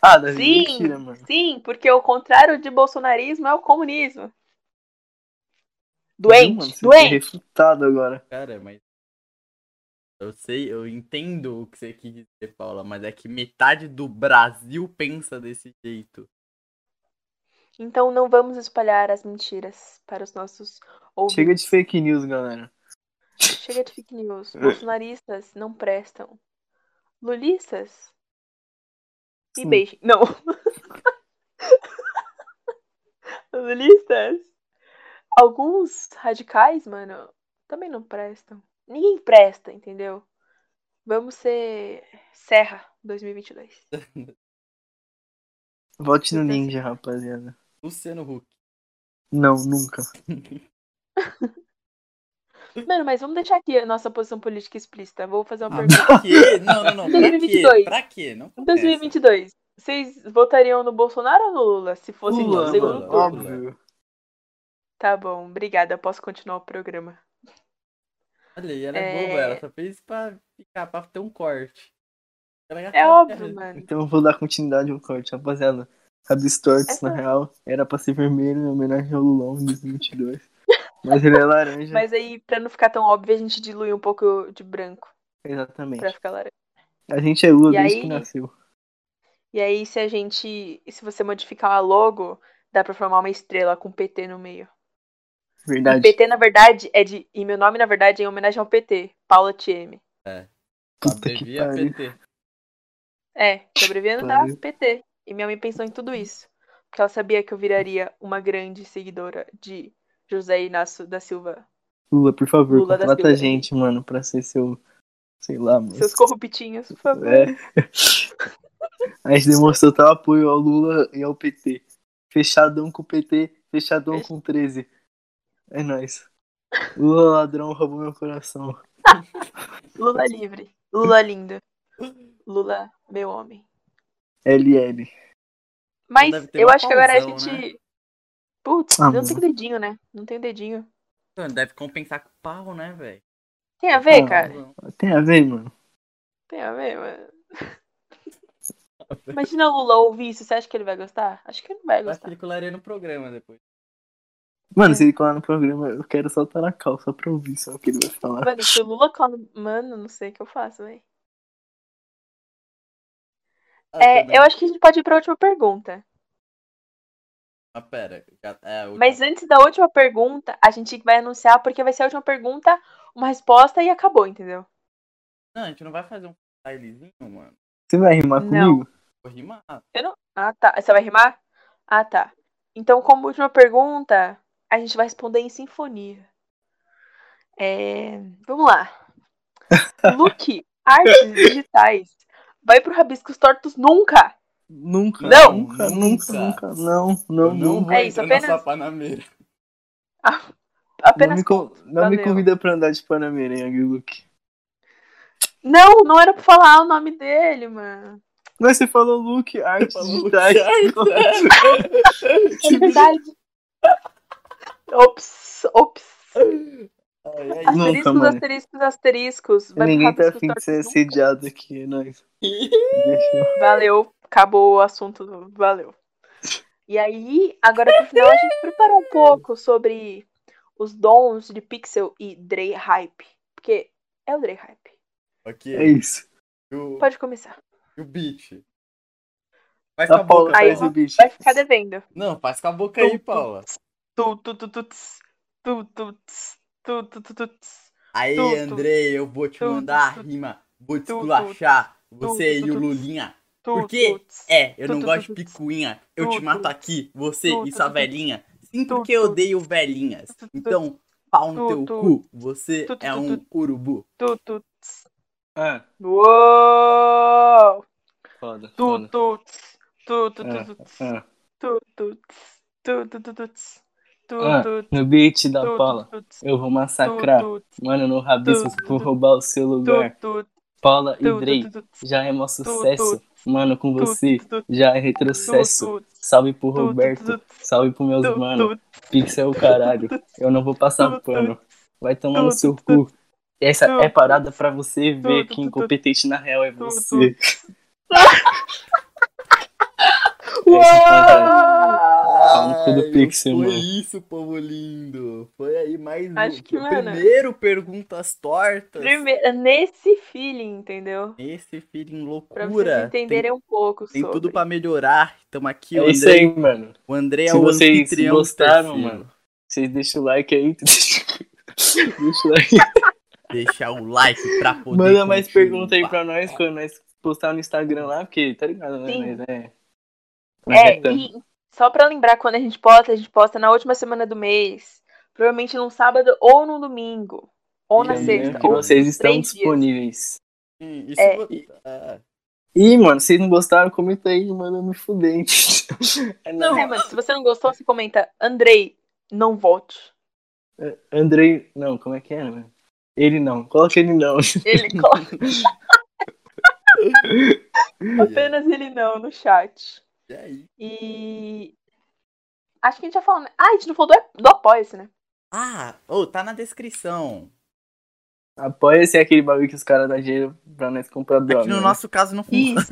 Ah, Davi,
Sim.
mentira, mano.
Sim, porque o contrário de bolsonarismo é o comunismo. Doente,
Viu, mano? Você foi
doente.
refutado agora.
Cara, mas... Eu sei, eu entendo o que você quis dizer, Paula, mas é que metade do Brasil pensa desse jeito.
Então não vamos espalhar as mentiras para os nossos ouvintes.
Chega de fake news, galera.
Chega de fake
É.
news. Bolsonaristas não prestam. Lulistas? Me
Sim.
beijem. Não. Lulistas? Alguns radicais, mano, também não prestam. Ninguém presta, entendeu? Vamos ser Serra 2022.
Vote no
Eu penso-
Ninja, rapaziada.
Luciano Huck.
Não, nunca.
Mano, mas vamos deixar aqui a nossa posição política explícita. Vou fazer uma
Ah,
pergunta.
pra quê? Não, não, não. Pra quê?
2022.
Pra quê? Não começa.
2022, vocês votariam no Bolsonaro ou no Lula? Se fosse
Lula,
no segundo
mano.
turno.
óbvio.
Tá bom, obrigada. Posso continuar o programa.
Olha, e ela é,
É.
boba, ela só fez pra ficar, pra ter um corte. Ela
É
gastou-
óbvio, mano.
Então eu vou dar continuidade ao corte, rapaziada. Rabis Tortos,
Essa-
na real, era pra ser vermelho em homenagem ao Lulão em 2022. Mas ele é laranja.
Mas aí, pra não ficar tão óbvio, a gente dilui um pouco de branco pra
Exatamente.
ficar laranja.
A gente é Lula
E
desde
aí-
que nasceu.
E aí, se a gente. Se você modificar a logo, dá pra formar uma estrela com PT no meio. E
Verdade.
PT, na verdade, é de. E meu nome, na verdade, é em homenagem ao PT, Paula TM.
Puta que
Abrevia
pariu.
PT.
É, sobreviando da
Pariu.
PT. E minha mãe pensou em tudo isso. Porque ela sabia que eu viraria uma grande seguidora de José Inácio da Silva.
Lula, por favor,
Lula da
contrata a
Silva.
gente, mano, pra ser seu. Sei lá, mano.
Seus corruptinhos, por favor.
É. A gente demonstrou tal apoio ao Lula e ao PT. Fechadão com o PT, fechadão com o 13. É nóis. Lula ladrão roubou meu coração.
Lula livre. Lula lindo. Lula, meu homem.
LL.
Mas
deve ter
eu
uma né?
acho que agora a
pausão,
gente. Putz,
Ah,
eu não
mano.
tenho dedinho, né? Não tenho dedinho.
Mano, Deve compensar com o pau, né, velho?
Tem a ver,
Ah.
cara?
Tem a ver, mano?
Tem a ver, mano. Imagina o Lula ouvir isso, você acha que ele vai gostar? Acho que ele não vai
Eu acho que
gostar.
ele colaria no programa depois.
Mano, se ele colar no programa, eu quero só estar na calça pra ouvir só o que ele vai falar.
Mano, se o Lula cola. Mano, não sei o que eu faço, velho.
Ah, tá bem. Ah,
Tá
É, eu acho que a gente pode ir pra última pergunta.
Mas Ah, pera, já- é a última.
Mas antes da última pergunta, a gente vai anunciar, porque vai ser a última pergunta, uma resposta e acabou, entendeu?
Não, a gente não vai fazer um freestylezinho, mano.
Você vai rimar
Não.
comigo?
Vou rimar.
Ah, tá. Você vai rimar? Ah, tá. Então, como última pergunta, a gente vai responder em sinfonia. É, Vamos lá. Luke, artes digitais. Vai pro Rabiscos Tortos nunca!
Nunca.
Não.
Nunca, nunca, nunca. Não, não,
Eu
não.
não vou
É isso,
entrar na
apenas-
sua panameira.
não
Ah, Apenas.
me, con- não me
Valeu.
convida pra andar de Panamera, hein, Luke.
Não, não era pra falar o nome dele, mano.
Mas você falou Luke, artes
Falou
digitais.
É verdade. Ops, ops.
Ai, ai.
Nunca,
Asteriscos,
mano.
asteriscos, asteriscos. Vai pro
Ninguém tá
Rabiscos
afim de
Tortos
ser assim.
nunca.
assediado aqui, né? nós. Deixa eu-
Valeu, acabou o assunto, do- valeu. E aí, agora pro final a gente preparou um pouco sobre os dons de Pixel e Dre Hype. Porque é o Dre Hype.
É
Ok.
isso.
E o,
Pode começar.
e o beat? Tá Faz com a
A Paula
boca,
Aí,
faz
Paula.
o bicho.
Vai ficar devendo.
Não, faz com a boca aí,
Tu,
Paula.
Tu, tu, tu, tu, tss, tu, tu, tss, tu, tu, tu, tu, tss.
Aí,
tu,
Andrei, eu vou te
tu,
mandar a
tu,
rima. Vou te
tu,
esculachar. Você
tu,
e o
tu,
Lulinha.
Tu,
Por quê?
tu, tss.
É, eu
tu,
não
tu,
gosto
tu,
de
tu,
picuinha. Eu
tu,
te mato
tu,
aqui, você
tu,
e
tu,
sua
tu,
velhinha. Sim,
tu,
porque eu
tu,
odeio velhinhas.
tu, tu,
Então, pau no
tu,
teu
tu,
cu. Você
tu, tu,
é
tu,
um urubu.
Tu, tu, tss.
Ah,
Uou!
foda,
Tu, tu, tss. Tu, tu,
É,
tu, tu, tss.
Ah,
Tututs, tutututs,
Ah,
tututs,
no beat da Paula,
tututs,
eu vou massacrar.
tututs,
Mano, no rabiscos
Tu, tu,
por roubar o seu lugar.
tututs,
Paula e Drey,
tutututs,
já é mó sucesso.
tu,
Mano, com você,
tutututs,
já é retrocesso.
tututs,
Salve pro
tu,
Roberto,
tutututs,
salve pro meus mano.
tututs,
Pixel é o caralho. Eu não vou passar
Tu, tu,
pano. Vai tomar no
tu,
seu
tu,
cu. Essa
tu,
é parada pra você ver
tu,
que
tu, tu,
incompetente na real é
tu,
você. é um
Uou!
Pau no cu do Pixel,
foi
mano.
isso, povo lindo. Foi aí mais um.
Acho que,
o
mano,
Primeiro perguntas tortas.
Primeiro, Nesse feeling, entendeu?
Esse feeling
Pra
loucura.
vocês entenderem um pouco
tem, tem
sobre.
tudo pra melhorar. Tamo aqui, o
É isso
Andrei.
aí, mano.
O Andrei é
Se
o
vocês
anfitrião.
gostaram,
terceiro.
mano. Vocês deixam o like aí. Deixa o like.
Deixa o like pra poder.
Manda mais
continuar.
pergunta aí pra nós quando nós postar no Instagram lá, porque tá ligado, né?
Sim.
Mas é.
É,
Meta.
e só pra lembrar, quando a gente posta, a gente posta na última semana do mês. Provavelmente num sábado ou num domingo. Ou na
E
sexta.
lembrando Que
Ou...
vocês estão
três dias.
disponíveis.
Sim, isso
É.
Hum, vo- Ah,
Ih, mano, vocês não gostaram, comenta aí, mano, eu me fudei. É,
Não.
É, mano, se você não gostou, você comenta, Andrei, não volte.
Andrei, não, como é que era, mano? Ele não, coloca ele não.
Ele coloca
é-
apenas ele não no chat.
é aí.
E. Acho que a gente já falou. né? Ah, a gente não falou do, do Apoia-se, né?
Ah, ô, tá na descrição.
Apoia-se aquele bagulho que os caras dão dinheiro pra nós comprar droga.
Aqui É no
né?
nosso caso não funciona.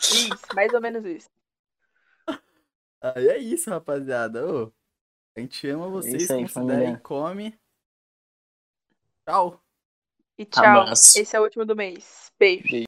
Isso. isso, mais ou menos isso.
Ah, e é isso, rapaziada. Ô, a gente ama vocês,
É isso aí,
considerem
família.
e come. Tchau.
E tchau.
Abraço.
Esse é o último do mês. Beijo.